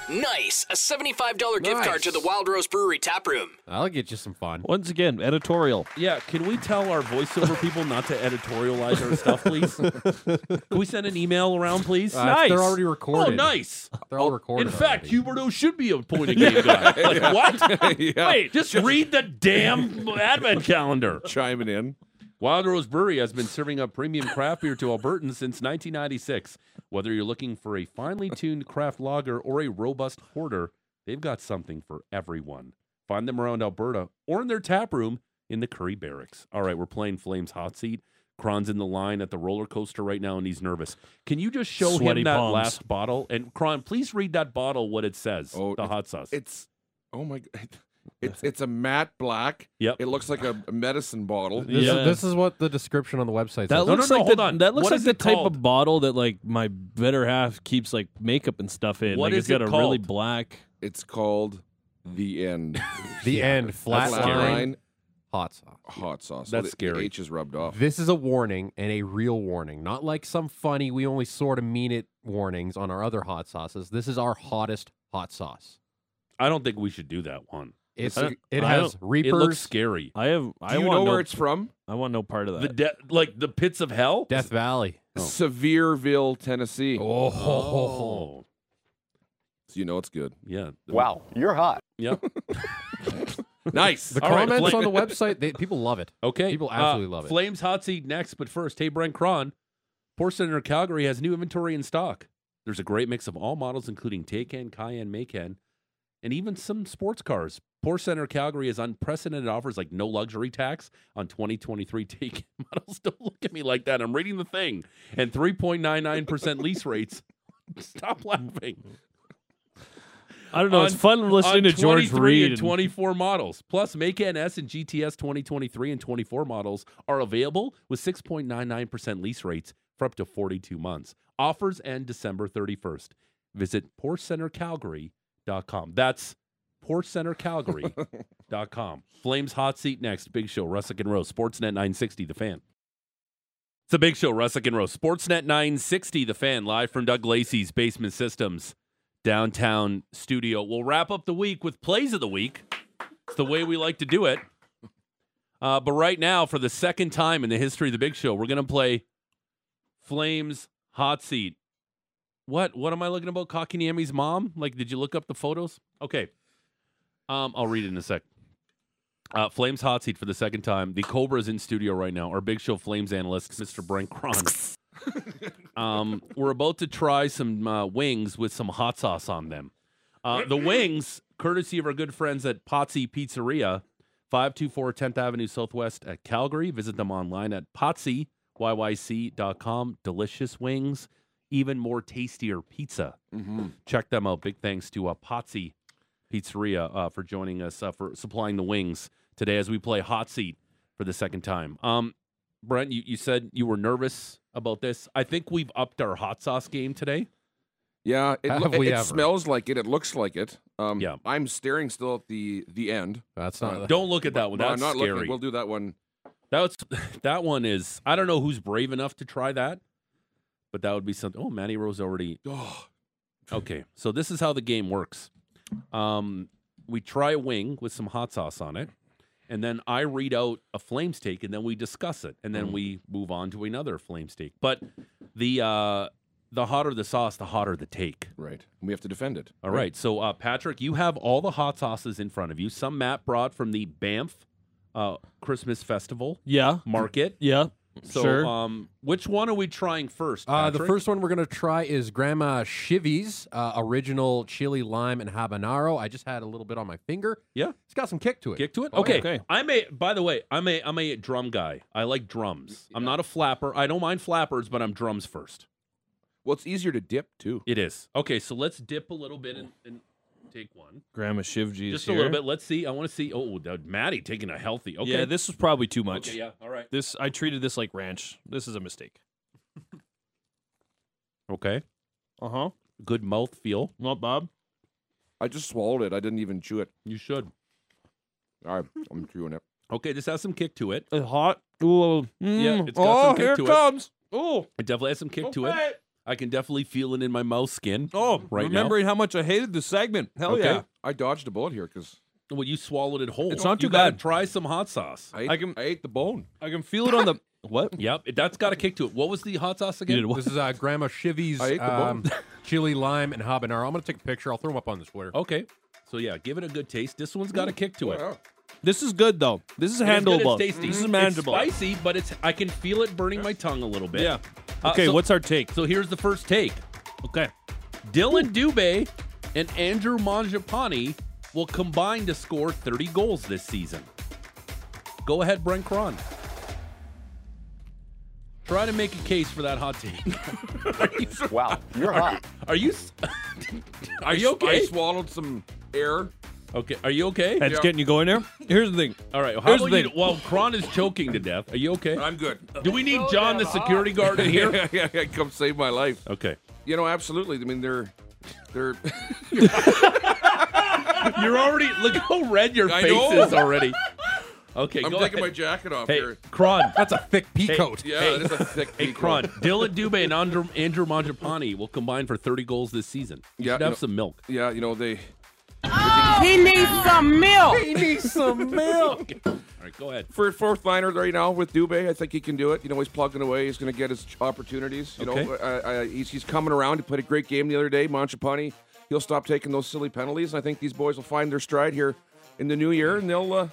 Nice. A $75 gift card to the Wild Rose Brewery tap room.
I'll get you some
Oh,
fun.
Once again, editorial.
Yeah, can we tell our voiceover people not to editorialize our stuff, please? can we send an email around, please?
Uh,
Nice.
They're already
Oh,
recorded.
nice. Oh,
They're all recorded.
In fact,
already.
Huberto should be a point of game guy. Like, what?
yeah.
*laughs*
Wait, just read the damn advent calendar.
Chiming in.
Wild Rose Brewery has been serving up premium craft beer to Albertans since 1996. Whether you're looking for a finely tuned craft lager or a robust porter, they've got something for everyone. Find them around Alberta or in their tap room in the Curry Barracks. All right, we're playing Flames Hot Seat. Kron's in the line at the roller coaster right now, and he's nervous. Can you just show
Sweaty
him that
palms.
last bottle? And Kron, please read that bottle what it says.
Oh,
the
it-
hot sauce.
It's oh my god. *laughs* It's it's a matte black.
Yep.
It looks like a a medicine bottle.
This,
Yeah.
is, this is what the description on the website
That
says.
No,
looks
no, no,
like
hold
the,
on.
That looks
What
like
is
the
it
type
called?
of bottle that like my better half keeps like makeup and stuff in.
What
like
is
it's got
it
a really
called?
black.
It's called the end.
the end flat
Flatline
line hot sauce.
hot sauce.
That's
the- the
scary.
H is rubbed off.
This is a warning and a real warning, not like some funny we only sort of mean it warnings on our other hot sauces. This is our hottest hot sauce.
I don't think we should do that one.
It's
I don't-
it
I
has
It looks
reapers,
scary.
I have. I
Do you
want
know
no,
where it's from?
I want no part of
The
that.
de- like the pits of hell.
Death Valley.
Sevierville, Tennessee.
Oh,
Oh,
So you know it's good.
yeah.
Wow, you're hot.
Yep.
Nice.
the
All right,
comments
Blake.
on the website, they, people love it.
Okay. uh,
People absolutely love it.
Flames hot seat next, but first, hey Brent Cron, Port Center Calgary has new inventory in stock. There's a great mix of all models, including Taycan, Cayenne, Macan, and even some sports cars. Port Center Calgary has unprecedented offers like no luxury tax on *laughs* 2023 Taycan models. Don't look at me like that. I'm reading the thing. And 3.99% lease rates. *laughs* Stop laughing.
I don't know. it's
on-
fun listening
on
to George
23
Reed.
And 24 models. Plus, Macan S and GTS 2023 and 24 models are available with 6.99% lease rates for up to 42 months. Offers end December 31st. Visit PortCenterCalgary.com. That's PortCenterCalgary.com. Flames hot seat next. Big show, Russick and Rose, Sportsnet 960, The Fan. It's a big show, Russick and Rose, Sportsnet 960, The Fan, live from Doug Lacey's Basement Systems downtown studio. We'll wrap up the week with plays of the week. It's the way we like to do it. Uh, but right now, for the second time in the history of the Big Show, we're gonna play Flames Hot Seat. What? What am I looking about? Kakiniemi's mom? Like, did you look up the photos? Okay. Um, I'll read it in a sec. Uh, Flames hot seat for the second time. The Cobra's in studio right now. Our Big Show Flames analyst, Mr. Brent Cron. Um, we're about to try some uh, wings with some hot sauce on them. Uh, the wings, courtesy of our good friends at Potsy Pizzeria, 524 10th Avenue Southwest at Calgary. Visit them online at potsyyyc.com. Delicious wings, even more tastier pizza. Check them out. Big thanks to uh, Potsy Pizzeria uh, for joining us, uh, for supplying the wings today as we play Hot Seat for the second time. Um, Brent, you, you said you were nervous about this. I think we've upped our hot sauce game today.
Yeah, it,
Have
lo-
we
it
ever.
smells like it. It looks like it. Um,
Yeah.
I'm staring still at the the end.
That's not
Don't look at that one.
Uh, Well,
That's
I'm not
scary.
looking. We'll do that one.
That's *laughs* that one is. I don't know who's brave enough to try that, but that would be something. Oh, Manny Rose already.
Oh,
*laughs* Okay, so this is how the game works. Um, we try a wing with some hot sauce on it, and then I read out a flame steak, and then we discuss it, and
Mm.
then we move on to another flame steak. But the uh, the hotter the sauce, the hotter the take.
right. We have to defend it.
All right. So, uh, Patrick, you have all the hot sauces in front of you. Some Matt brought from the Banff uh, Christmas Festival
yeah.
market.
Yeah.
So,
Mm-hmm. sure.
um, which one are we trying first?
Uh, the
Patrick?
first one we're going to try is Grandma Chivy's uh, original chili lime and habanero. I just had a little bit on my finger.
Yeah.
It's got some kick to it.
Kick to it.
Oh,
Okay.
okay.
I'm a. By the way, I'm a. I'm a drum guy. I like drums. I'm not a flapper. I don't mind flappers, but I'm drums first.
Well, it's easier to dip too.
It is okay. So let's dip a little bit and, and take one.
Grandma Shivji's
Just
here.
a little bit. Let's see. I want to see. Oh, Maddie taking a healthy. Okay.
Yeah, this was probably too much.
Okay, yeah. All right.
This I treated this like ranch. This is a mistake.
Okay.
Uh huh.
Good mouth feel.
Not Bob.
I just swallowed it. I didn't even chew it.
You should.
All right, I'm chewing it.
Okay, this has some kick to it.
It's hot. Ooh.
Yeah,
Mm.
it's got some
oh,
kick
here
to
it
it.
comes. *laughs* Oh,
It definitely has some kick to it. I can definitely feel it in my mouth skin.
Oh,
Right now?
remembering how much I hated this segment. Hell
Okay.
yeah.
I dodged a bullet here because
Well, you swallowed it whole.
It's not
You
too
gotta
bad.
Try some hot sauce.
I ate,
I
I,
can-
ate the bone.
I can feel it on the *coughs* what?
Yep, it- that's got a kick to it. What was the hot sauce again?
did what?
This is uh, Grandma Chivy's
I ate the
um, chili lime and
Oh.
habanero. I'm going to take a picture. I'll throw them up on the Twitter.
Okay, so yeah, give it a good taste. This one's got a kick to it.
Yeah.
This is good though. This is handleable.
It's tasty.
This
It's
is Mm-hmm. manageable.
spicy, but it's I can feel it burning my tongue a little bit.
Yeah.
Uh,
Okay,
so-
what's our take?
So here's the first take.
Okay.
Dylan Dubé and Andrew Mangiapane will combine to score 30 goals this season. Go ahead, Brent Cron. Try to make a case for that hot take.
*laughs* Wow, you're hot.
Are you? s- *laughs* Are you
I
okay?
swallowed some air.
Okay. Are you okay?
That's
Yeah.
getting you going there.
*laughs*
Here's the thing.
All right. How
Here's
about
the
you?
thing.
Well, Cron is choking to death. Are you okay?
I'm good. *laughs*
Do we need John, the security guard, in here?
yeah, yeah, yeah, come save my life.
*laughs* Okay.
You know, absolutely. I mean, they're they're. *laughs*
You're already look how red your
I
face
know.
is already. Okay,
I'm
go
taking my
ahead.
jacket off
Hey,
here.
Cron.
*laughs*
That's a thick pea coat.
Yeah,
hey,
that's a thick.
Hey,
peacoat.
Cron. Dylan Dubé and Andrew, Andrew Mangiapane will combine for 30 goals this season. You
Yeah,
should
you
have
know-
some milk.
Yeah, you know they.
He needs some milk.
All right, go ahead.
*laughs* for a fourth liner right now with Dubé, I think he can do it. You know, he's plugging away. He's going to get his ch- opportunities. You know,
Okay.
uh, uh, he's, he's coming around. He played a great game the other day, Manchapani. He'll stop taking those silly penalties, and I think these boys will find their stride here in the new year, and they'll uh,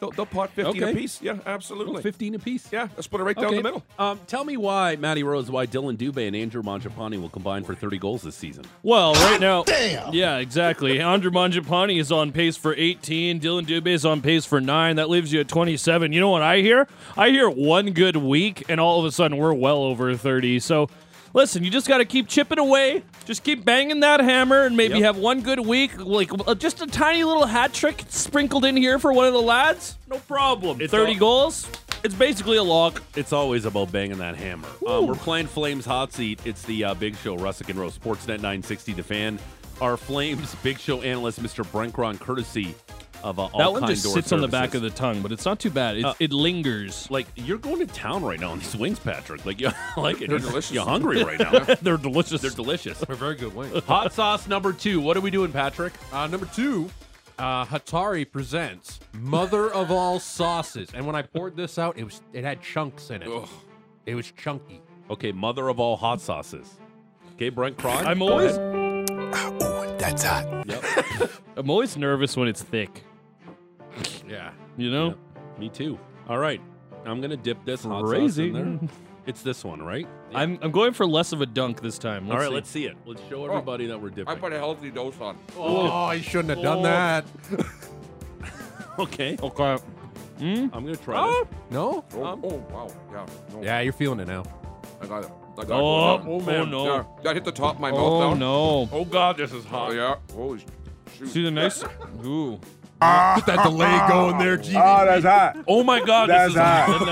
they'll, they'll pot 15
Okay.
apiece. Yeah, absolutely.
15 apiece.
Yeah, let's put it right down
Okay.
the middle.
Um, tell me why, Matty Rose, why Dylan Dubé and Andrew Mangiapane will combine for 30 goals this season.
Well, right now, yeah, exactly. Andre Mangiapane is on pace for 18. Dylan Dubé is on pace for nine. That leaves you at 27. You know what I hear? I hear one good week, and all of a sudden we're well over 30. So, listen, you just got to keep chipping away. Just keep banging that hammer, and maybe
Yep.
have one good week, like uh, just a tiny little hat trick sprinkled in here for one of the lads. No problem. 30
all-
goals. It's basically a lock.
It's always about banging that hammer. Um, we're playing Flames Hot Seat. It's the uh, Big Show, Russick and Rose, Sportsnet 960, The Fan. Our Flames *laughs* Big Show analyst, Mr. Brent Cron, courtesy of uh, all
That one
Kind
just
Door
sits on the back
Services.
of the tongue, but it's not too bad. It's,
Uh,
it lingers.
like you're going to town right now on these wings, Patrick. Like you like it.
They're
You're- *laughs*
delicious.
You're hungry right now. *laughs*
They're delicious.
They're delicious.
They're very good wings.
Hot sauce number two. What are we doing, Patrick?
Uh, number two, uh, Hatari presents Mother of All Sauces. And when I poured this out, it was it had chunks in it.
Ugh.
It was chunky.
Okay, mother of all hot sauces. Okay, Brent Cron.
I'm always
Ooh, that's hot.
I'm always nervous when it's thick.
Yeah.
You
Yeah,
know,
me too. All right, I'm gonna dip this hot
Crazy.
sauce *laughs* in there. It's this one, right? Yeah.
I'm I'm going for less of a dunk this time.
all
Let's
right,
see.
let's see Oh. it. Let's show everybody that we're
I
dipping.
put a healthy dose on.
Oh, you shouldn't have done that.
okay,
okay.
I'm gonna try. This.
No?
Oh,
Um,
oh, wow. Yeah. no,
Yeah, you're feeling it now.
I got it. I got
Oh,
it.
oh,
man.
no.
Yeah, that hit the top of my mouth
Oh
now.
no!
Oh God, this is hot.
Oh, yeah. Holy sh- shoot.
See the nice. Ooh.
Get that delay going there, *laughs* G.
Oh, that's hot.
Oh my God, this is hot.
The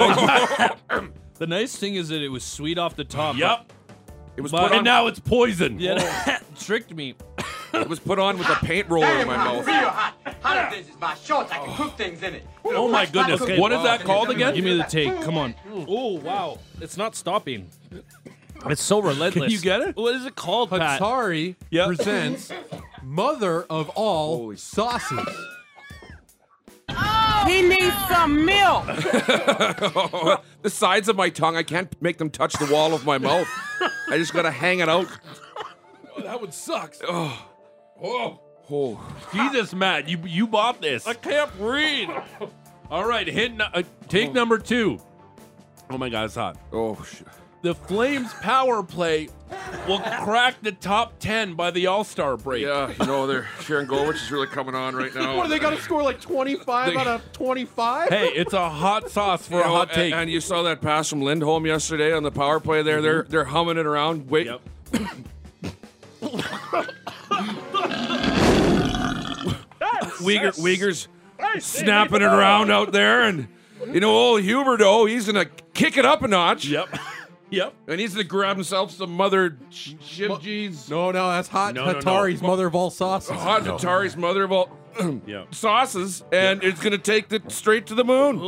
nice, the nice thing is that it was sweet off the top.
Yep, *laughs*
it, was
but-
put on,
and now it's poison.
*laughs* Yeah, that *laughs* tricked me.
it was put on with a paint roller in my mouth.
hot. Hot this is my shorts. I can cook things in it.
Oh my goodness,
Okay,
what is
wow.
that called again?
Give me the take. Come on. Oh wow! It's not stopping. It's so relentless.
you get it?
What is it called, Pat?
Hatari
Yep.
presents Mother of All Sauces.
He needs some milk.
the sides of my tongue, I can't make them touch the wall of my mouth. I just gotta hang it out.
that one sucks.
Oh,
Jesus, Matt, you you bought this. I can't breathe. All right, hit nu- uh, take number two. Oh my God, it's hot.
oh, sh-
The Flames power play will crack the top ten by the All Star break.
yeah, you know, they're Sharon Golovich is really coming on right now.
What, are they going to score like 25
They-
out of 25?
Hey, it's a hot sauce for
You
a
know,
hot
a-
take.
And, you saw that pass from Lindholm yesterday on the power play. There, they're they're humming it around. Wait,
Yep.
*laughs* Uyghur, Uyghurs snapping it around out there, and you know, old Huberto, he's gonna kick it up a notch, *laughs*
Yep. Yep.
and he's gonna grab himself some mother sh- shivjis,
No, no, that's hot.
No, no, no.
Hatari's Mother of All Sauces.
hot Atari's mother *clears throat* of all
Yep.
sauces, and it's gonna take it straight to the moon.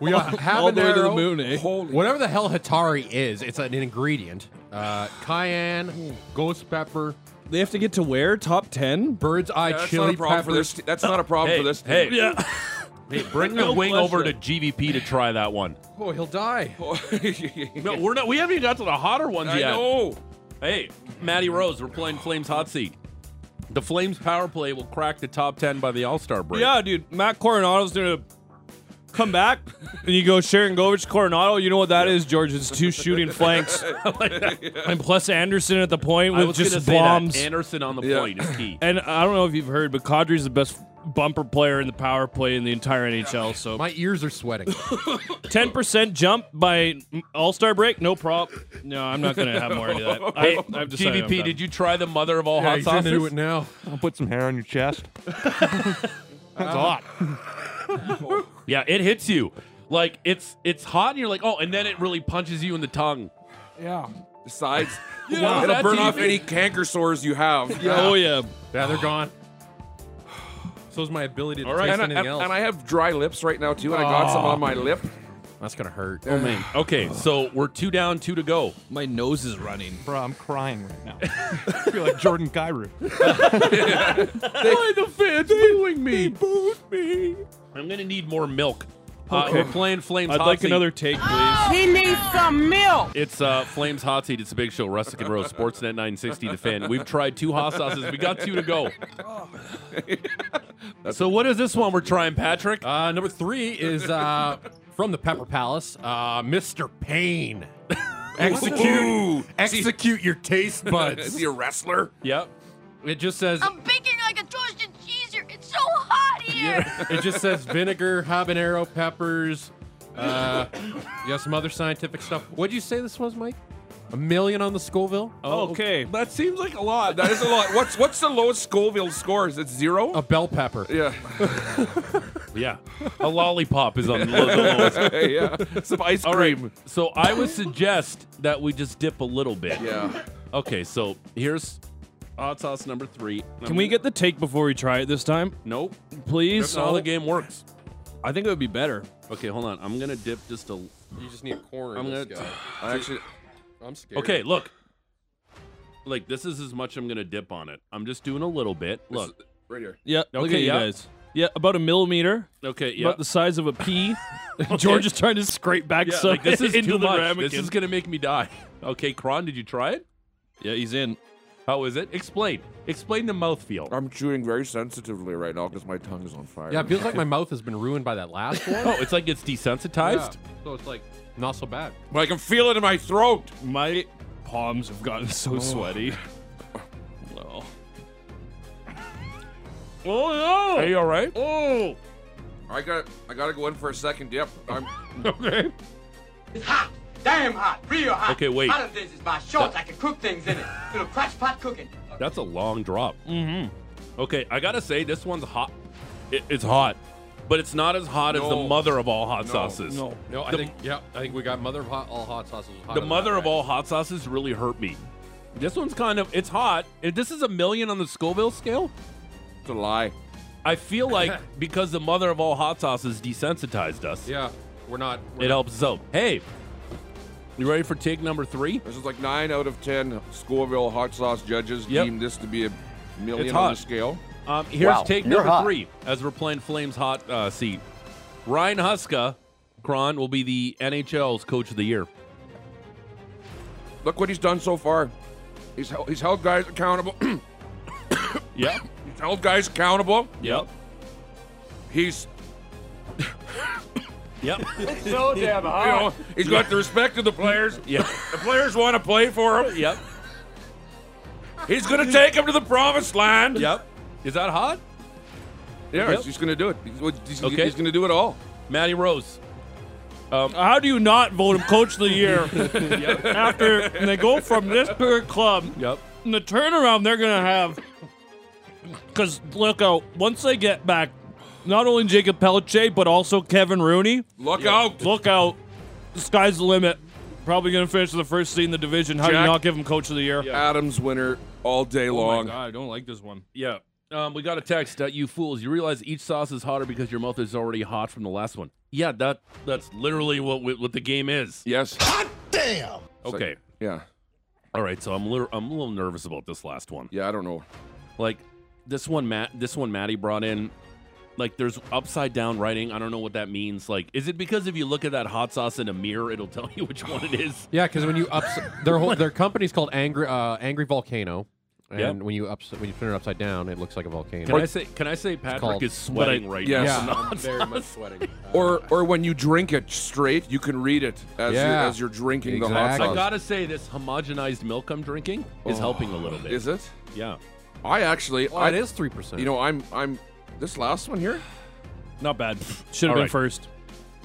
We are habanero.
All the way to the moon, eh?
Holy
Whatever the hell Hatari is, it's an ingredient. Uh, cayenne, ghost pepper,
They have to get to where top ten.
bird's eye
that's not
chili
a problem
pepper.
for this. te- That's not a problem
Hey,
for this.
hey,
team.
Yeah.
*laughs* hey,
*laughs*
bring the
No
wing over to
pleasure.
GVP to try that one.
Oh, he'll die.
No,
*laughs*
we're not. We haven't even got to the hotter ones
I
yet.
know.
Hey, Matty Rose, we're playing Flames Hot Seat. The Flames power play will crack the top ten by the All Star break.
Yeah, dude. Matt Coronado's gonna come back, and you go Sharon Govich, Coronado. You know what that is, George? It's two shooting
*laughs*
flanks, *laughs* and plus Anderson at the point
I
with
was gonna
just
say that.
bombs.
Anderson on the
Yeah.
point is key.
and I don't know if you've heard, but Kadri's the best bumper player in the power play in the entire NHL. So
My ears are *laughs* sweating.
ten percent jump by All Star break, no prop. No, I'm not gonna have more of
*laughs*
that. *laughs* I, I've decided.
GVP, did you try the mother of all hot sauces?
into it now.
I'll put some hair on your chest.
Yeah, it hits you. Like it's it's hot and you're like, oh, and then it really punches you in the tongue.
Besides, *laughs*
Wow,
it'll
that's
burn off
easy.
any canker sores you have.
Oh yeah.
Yeah, they're gone. So is my ability to
All right,
taste
And I, and,
anything else.
and I have dry lips right now too, and I got some on my *laughs* lip.
That's gonna hurt.
Oh man. Okay, so we're two down, two to go.
My nose is running.
Bro, I'm crying right now. I feel like Jordan
*laughs*
Cairo.
Why the fans booing me? They booed me. I'm gonna need more milk. Uh,
Okay.
we're playing Flames.
I'd
hot
like
seat.
another take, please.
He needs some milk.
It's uh, Flames Hot Seat. It's a big show. Russick and Rose, Sportsnet 960, The Fan. We've tried two hot sauces. We got two to go. so what is this one we're trying, Patrick?
Uh, number three is *laughs* uh, from the Pepper Palace, uh, Mr. Payne. execute, execute your *laughs* taste buds.
a wrestler?
yep.
It just says
I'm baking like a toasted cheese here. It's so hot here.
it just says vinegar, habanero peppers. Uh, you got some other scientific stuff. What'd you say this was, Mike? A million on the Scoville?
Oh,
Okay.
That seems like a lot. That is a lot. What's what's the lowest Scoville scores? It's zero.
A bell pepper.
yeah,
Yeah. A lollipop is
*laughs*
on the lo- the lowest.
yeah. Some ice
All right.
cream.
So I would suggest that we just dip a little bit.
Yeah.
Okay, so here's hot sauce number three.
Can we get the take before we try it this time,
Nope.
please?
That's not how the game works.
I think it would be better.
Okay, hold on. I'm gonna dip just a.
You just need a corner.
I'm
I'm,
gonna-
I actually.
I'm scared.
Okay, look. Like this is as much I'm gonna dip on it. I'm just doing a little bit. Look.
Right here.
Yeah. look
Okay,
at you
yeah.
guys. Yeah, about a millimeter,
Okay, yeah.
about the size of
*laughs*
a pea. *laughs* George is trying to scrape back
Yeah,
some
like, this is
*laughs* into
too
the
much.
ramekin.
This is gonna make me die. *laughs* Okay, Kron, did you try it?
yeah, he's in.
How is it? Explain. Explain the mouthfeel.
I'm chewing very sensitively right now because my tongue is on fire.
Yeah, it feels like my mouth has been ruined by that last one.
Oh, it's like it's desensitized.
So it's like not so bad.
But I can feel it in my throat.
My palms have gotten *laughs* so
Oh. *laughs*
sweaty. Oh. Oh no!
Are you all right?
oh,
I got. I gotta go in for a second dip. I'm.
Okay.
It's hot. Damn hot. Real hot.
Okay, wait.
Hot of this is my shorts. I can cook things in it. Little crash pot cooking.
That's a long drop. Mm-hmm. Okay, I gotta say this one's hot. It, it's hot, but it's not as hot as the
No.
mother of all hot
No.
sauces.
No, I
The-
think yeah, I think we got mother of hot, all hot sauces. was hotter
The
than
mother
that,
of
right?
all hot sauces really hurt me. This one's kind of it's hot. If this is a million on the Scoville scale,
It's a lie.
I feel like because the mother of all hot sauces desensitized us,
Yeah, we're not. We're
it
not-
helps us out. Hey, you ready for take number three?
This is like nine out of ten Scoville hot sauce judges
Yep.
deemed this to be a
It's
million
hot.
on the scale.
Um, here's
Wow,
take
you're
number
hot.
three as we're playing Flames hot uh, seat. Ryan Huska, Kron will be the NHL's coach of the year.
Look what he's done so far. He's held, he's held guys accountable. *clears throat* he's
*laughs* Yep.
held guys accountable.
Yep.
He's
Yep. *laughs*
so damn
you know he's got the respect of the players.
*laughs*
Yep.
The players want to play for him.
Yep.
He's gonna take him to the promised land.
Yep. Is that hot?
Yeah,
Yep.
he's just gonna do it. He's, he's-
Okay.
he's gonna do it all.
Matty Rose.
how do you not vote him coach of
*laughs*
the year after and they go from this big club
Yep.
and the turnaround they're gonna have? Because look out! Once they get back, not only Jacob Pelche but also Kevin Rooney.
Look out!
Look out. The sky's the limit. Probably going to finish the first seed in the division. How do you
Jack-
not give him coach of the year?
Adams winner all
Oh
day long.
I don't like this one.
Yeah. Um, we got a text. Uh, you fools! You realize each sauce is hotter because your mouth is already hot from the last one. Yeah, that that's literally what what, what the game is.
Yes.
Okay.
Yeah.
All right. So I'm a little, I'm a little nervous about this last one.
Yeah. I don't know.
Like this one, Matt. This one, Maddie brought in. Like there's upside down writing. I don't know what that means. Like, is it because if you look at that hot sauce in a mirror, it'll tell you which one it is?
Yeah, because when you ups, their whole their company's called Angry uh, Angry Volcano, And when you ups- when you turn it upside down, it looks like a volcano.
Can I say? Can I say Patrick
called-
is sweating right
Yes.
*laughs* now?
Yeah,
I'm very much sweating.
Or or when you drink it straight, you can read it as
Yeah.
you're, as you're drinking the
I
hot sauce.
gotta say, this homogenized milk I'm drinking is
Oh.
helping a little bit.
Is it?
Yeah.
I actually.
Well,
I,
it is 3%.
You know, I'm I'm this last one here.
Not bad. Should have
All
been
right.
first.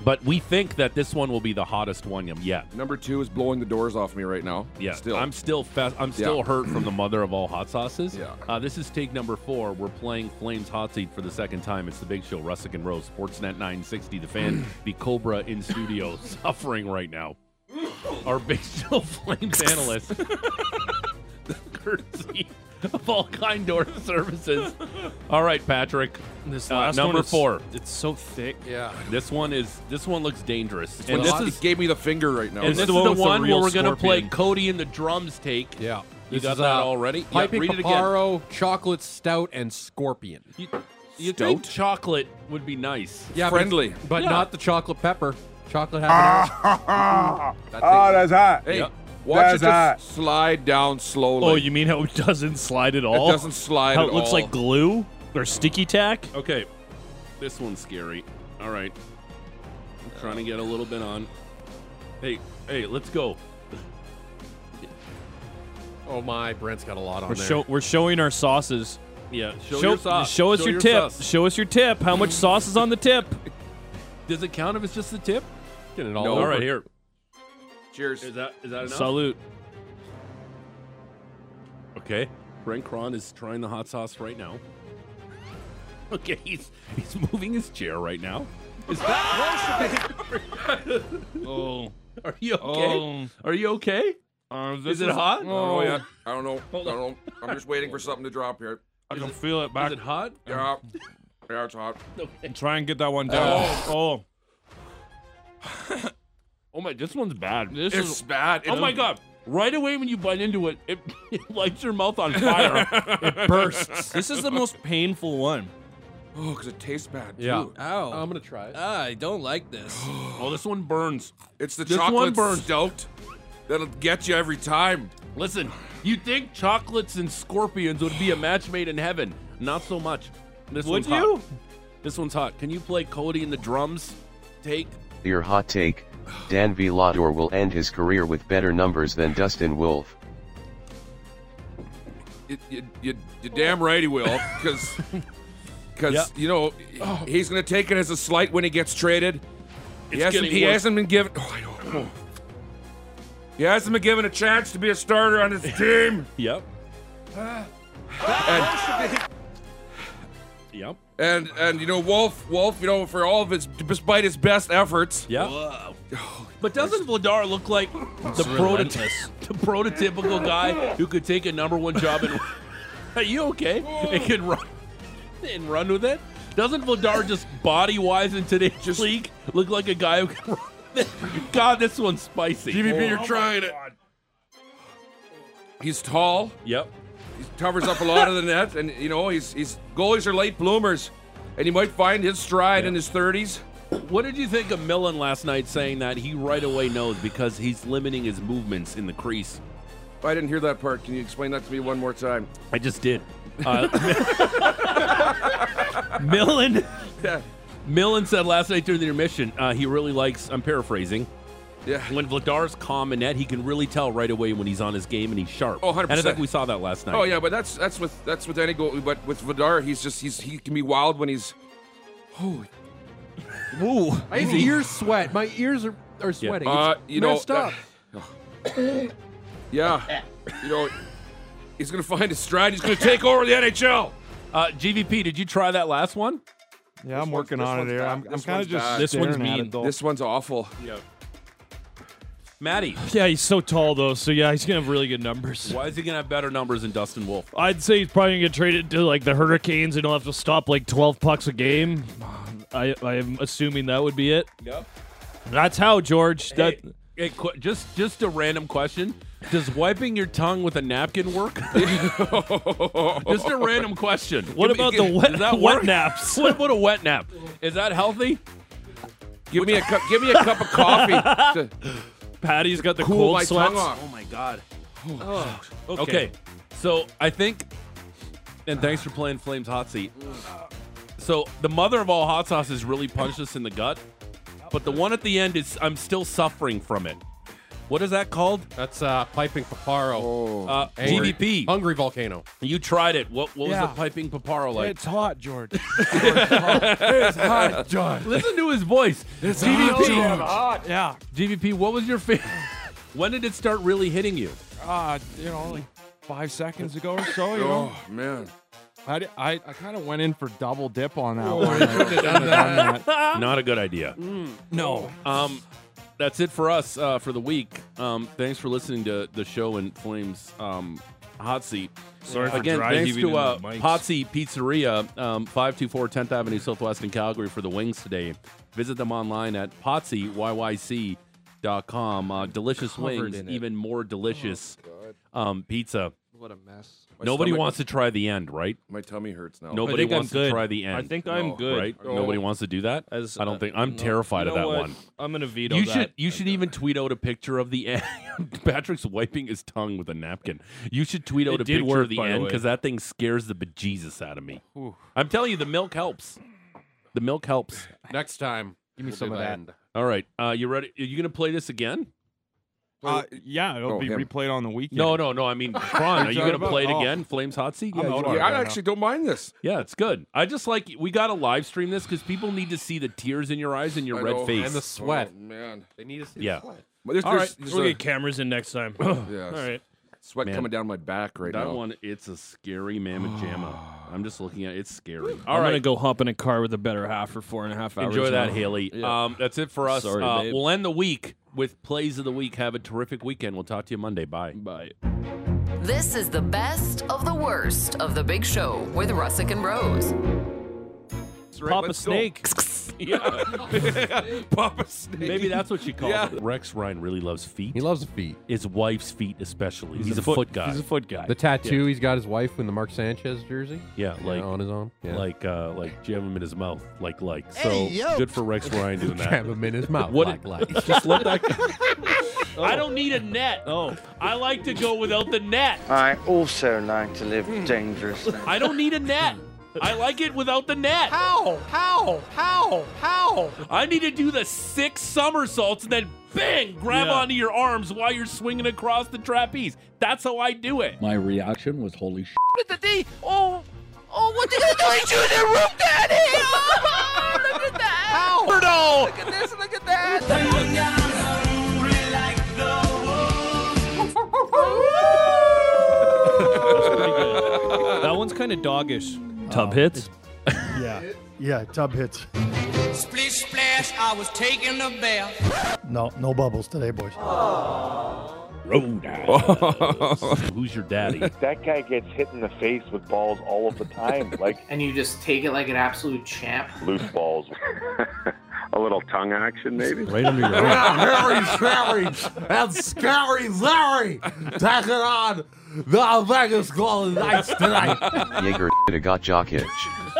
But we think that this one will be the hottest one yet.
Number two is blowing the doors off me right now.
Yeah,
Still.
I'm still fast. I'm still
Yeah.
hurt from the mother of all hot sauces. Yeah. Uh, this is take number four. We're playing Flames Hot Seat for the second time. It's the Big Show, Russick and Rose, Sportsnet 960, the fan, the Cobra in studio, *laughs* suffering right now. Our Big *laughs* Show Flames analyst, *laughs* courtesy of all kind door services. All right, Patrick.
This
Uh,
last
number
one is-
four.
It's so thick.
Yeah.
This one is. This one looks dangerous.
It's when Lottie gave me the finger right now.
and this is
the one
the
with the
one where
real
we're gonna play
scorpion.
Cody and the drums take.
Yeah.
You
This
got
is,
that
uh,
already?
Piping
yeah, read it again.
Paparo, chocolate stout, and scorpion.
You think chocolate would be nice?
Yeah, but-
Friendly.
but,
Yeah. Oh,
not the chocolate pepper. Chocolate
Ah.
habanero.
Oh, that's hot.
Hey,
Yeah.
watch
That's
it just
hot.
slide down slowly.
Oh, you mean how it doesn't slide at all?
It doesn't slide
How
at
it looks
all.
like glue or sticky tack?
Okay, this one's scary. All right, I'm trying to get a little bit on. Hey, hey, let's go.
oh my, Brent's got a lot on
We're,
there.
show, we're showing our sauces.
Yeah, show, your sauce.
show us your, tip.
sauce.
Show us your tip. How much sauce is on the tip?
Does it count if it's just the tip?
Get it all
No.
over.
All right, here.
Cheers.
Is that is that enough?
Salute.
Okay. Brent Cron is trying the hot sauce right now. *laughs* Okay, he's he's moving his chair right now. Is *laughs* that
Oh,
*laughs* Are you okay?
Um,
Are you okay?
uh, this
Is it hot?
I don't know yet.
Oh.
I
*laughs*
don't know. I don't know. I'm just waiting for something to drop here.
I can feel it back.
Is it hot?
Yeah. Yeah, it's hot.
Try and get that one down. Oh,
Oh my, this one's bad. This
It's
is
bad.
Oh my god. Right away when you bite into it, *laughs* it, it lights your mouth on fire.
bursts. this is the most painful one.
Oh, because it tastes bad.
Yeah.
Too.
Oh, I'm gonna try it.
I don't like
*gasps*
this.
*laughs* oh, this one burns.
It's the
This one
chocolate
burns.
stout that'll get you every time.
Listen, you think chocolates and scorpions would be a match made in heaven? Not so much. This
Would
one's hot.
you?
This one's hot. Can you play Cody and the drums? Take
Your hot take, Dan Vilador will end his career with better numbers than Dustin Wolf.
You, you, you, you damn right he will,
*laughs*
because because
Yeah. Oh.
you know he's gonna take it as a slight when he gets traded. He hasn't,
getting
he
worse.
hasn't been given. Oh, I don't know. He hasn't been given a chance to be a starter on his
*laughs*
team.
Yep.
and,
*sighs*
*sighs* Yep.
and and you know Wolf Wolf you know for all of his despite his best efforts.
Yep. *sighs* But doesn't Vladar look like the prototype, *laughs* the prototypical guy who could take a number one job *laughs* and Are you okay? And could run and run with it? Doesn't Vladar just body wise in today's league look like a guy who can run with it? *laughs* God, this one's spicy.
GVP, you're trying it. He's tall.
Yep.
He covers up a lot of the net, and you know he's he's goalies are late bloomers, and he might find his stride in his thirties.
What did you think of Millen last night saying that he right away knows because he's limiting his movements in the crease?
Oh, I didn't hear that part. Can you explain that to me one more time?
I just did. Uh, *laughs*
Millen.
Yeah,
Millen said last night during the intermission, uh, he really likes, I'm paraphrasing,
yeah.
when Vladar's calm and net, he can really tell right away when he's on his game and he's sharp.
Oh, 100%.
And I think we saw that last night.
Oh yeah, but that's that's with that's with any goal. But with Vidar, he's just he's he can be wild when he's. Oh,
Ooh, my ears sweat. My ears are, are sweating.
uh,
It's
you know.
messed up.
that- yeah, you know, he's gonna find his stride. He's gonna take over the NHL.
Uh, GVP, did you try that last one?
Yeah, I'm
one's-
working
this
on it
one's
here.
bad.
I'm, I'm
This
kind
one's
of just
bad.
This
staring
one's
at
mean.
It, though.
This one's awful.
Maddie,
Yeah, he's so tall though. So yeah, he's gonna have really good numbers.
why is he going to have better numbers than Dustin Wolf?
I'd say he's probably gonna get traded to like the Hurricanes and he'll have to stop like 12 pucks a game. I I am assuming that would be it.
Yep.
That's how George. That
Hey, hey, qu- just, just a random question. Does wiping your tongue with a napkin
*laughs*
work? just a random question. *laughs*
What about the
Does
wet,
that work?
*laughs*
wet
*laughs*
naps?
What about a wet nap? Is that healthy?
Give me a cup. Give me a cup of coffee to
Patty's got the
cool
cold
my
sweats.
tongue off.
Oh my god.
Okay.
Okay. So I think, and thanks for playing Flames Hot Seat. So the mother of all hot sauces really punched us in the gut, but the one at the end is I'm still suffering from it. What is that called?
That's uh, piping paparo.
Uh,
Angry-
GVP.
Hungry volcano.
You tried it. What what
Yeah.
was the piping paparo like?
It's hot, George. *laughs*
it's
hot, George.
Listen to his voice. It's GVP.
hot. Yeah.
GVP. What was your favorite? *laughs* when did it start really hitting you?
Uh, you know, like five seconds ago or so. You know,
Oh man.
I, d- I, I kind of went in for double dip on that
Oh,
one.
you
I
shouldn't have
shouldn't
done
have done that.
Not a good idea.
no.
Um, that's it for us uh, for the week. Um, thanks for listening to the show in Flames um, Hot Seat.
Sorry for
Again,
dry
thanks
heaving
to
into
uh,
the mics.
Potsy Pizzeria, um, 524 10th Avenue Southwest in Calgary for the wings today. Visit them online at potsyyyc.com. Uh, delicious
Covered
wings,
in it.
even more delicious um, pizza.
What a mess. Oh.
Nobody wants to try the end, right?
My tummy hurts now.
Nobody wants to try the end.
I think I'm
No.
good.
Right?
No.
Nobody wants to do that.
As-
I don't think
uh,
I'm
no.
terrified
You
of
know
that
what?
one.
I'm gonna veto
You
that.
should you should even tweet out a picture of the end. *laughs* Patrick's wiping his tongue with a napkin. You should tweet out
It
a
did
picture
work,
of the
by the
end
way.
because that thing scares the bejesus out of me.
Ooh.
I'm telling you, the milk helps. The milk helps.
Next time.
Give me
we'll
some
do
of
the
that.
end.
All right, uh, you ready? Are you gonna play this again?
Uh, yeah, it'll
Oh,
be
him.
replayed on the weekend.
No, no, no. I
*laughs*
mean, Kron, are you
talking
gonna play it
about- oh.
again? Flames hot seat.
I'm
you
out
are.
on
Yeah, I
Right now.
actually don't mind this.
Yeah, it's good. I just like we gotta live stream this because people need to see the tears in your eyes and your
I
red
know.
face.
And the sweat.
Oh, man.
They need to see
Yeah.
the sweat.
But there's,
All right,
there's, there's
we'll
a
get cameras in next *laughs* time.
Yes.
All right.
sweat
Man.
coming down my back right
that
now.
one, it's a scary mamma jamma.
*sighs*
I'm just looking at it. it's scary.
I'm
All right.
gonna go hop in a car with a better half for four and a half hours.
Enjoy that,
now.
Haley.
Yeah.
Um, that's it for us.
Sorry,
uh,
babe.
we'll end the week with plays of the week. Have a terrific weekend. We'll talk to you Monday. Bye.
Bye.
This is the best of the worst of the big show with Russick and Rose.
Pop a snake.
Yeah. Papa
*laughs*
Snake.
Maybe that's what you call
Yeah.
it. Rex Ryan really loves feet.
He loves feet.
His wife's feet, especially. He's,
He's
a,
a
foot,
foot-
guy.
he's a foot guy.
The tattoo he's got his wife in the Mark Sanchez jersey.
Yeah,
you know,
like-
on his arm. Yeah.
Like, uh, like jam him in his mouth. Like, like. So
Hey, yo.
good for Rex Ryan doing
*laughs* Jab
that.
him in his mouth.
What
like,
it-
like.
Just let
*laughs*
that. go.
I don't need a net.
Oh,
I like to go without the net.
I also like to live dangerously.
I don't need a net. I like it without the net.
How? How? How? How?
I need to do the six somersaults and then bang, grab
Yeah.
onto your arms while you're swinging across the trapeze. That's how I do it.
My reaction was holy sh.
Look at the D. Oh, oh, what did you do to the room, Daddy? Oh, look at that. How? Look at this. Look at that. that one's kind of doggish. Tub hits.
Yeah. Yeah. Tub hits.
Splish splash, I was taking a bath.
No, no bubbles today, boys.
*laughs*
Who's your daddy?
That guy gets hit in the face with balls all of the time, like
and you just take it like an absolute champ.
loose balls. A little tongue action, maybe.
Right under your arm.
Harry Sherry and Scary Larry taking on the Vegas Golden Knights tonight.
Jaeger got jock itch.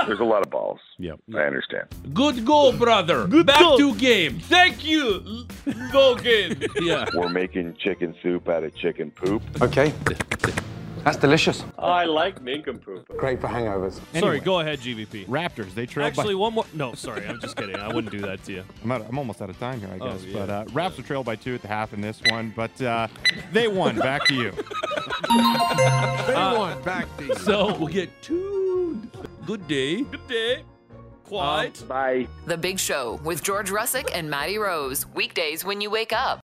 There's a lot of balls.
Yep.
I understand.
Good goal, brother. Back to game.
Thank you, Logan.
Yeah.
We're making chicken soup out of chicken poop.
Okay. That's delicious.
I like nincompoop.
Great for hangovers.
Sorry, go ahead, GVP.
Raptors, they trailed by
Actually, one more. No, sorry, I'm just kidding. I wouldn't do that to you.
I'm, out, I'm almost out of time here, I
Oh,
guess.
yeah.
But uh, Raps are trailed by two at the half in this one, but uh, they won. Back to
*laughs*
you.
They
Uh,
won back to you.
So we'll get tuned. Good day.
Good day. Quiet.
Bye.
The Big Show with George Russick and Maddie Rose. Weekdays when you wake up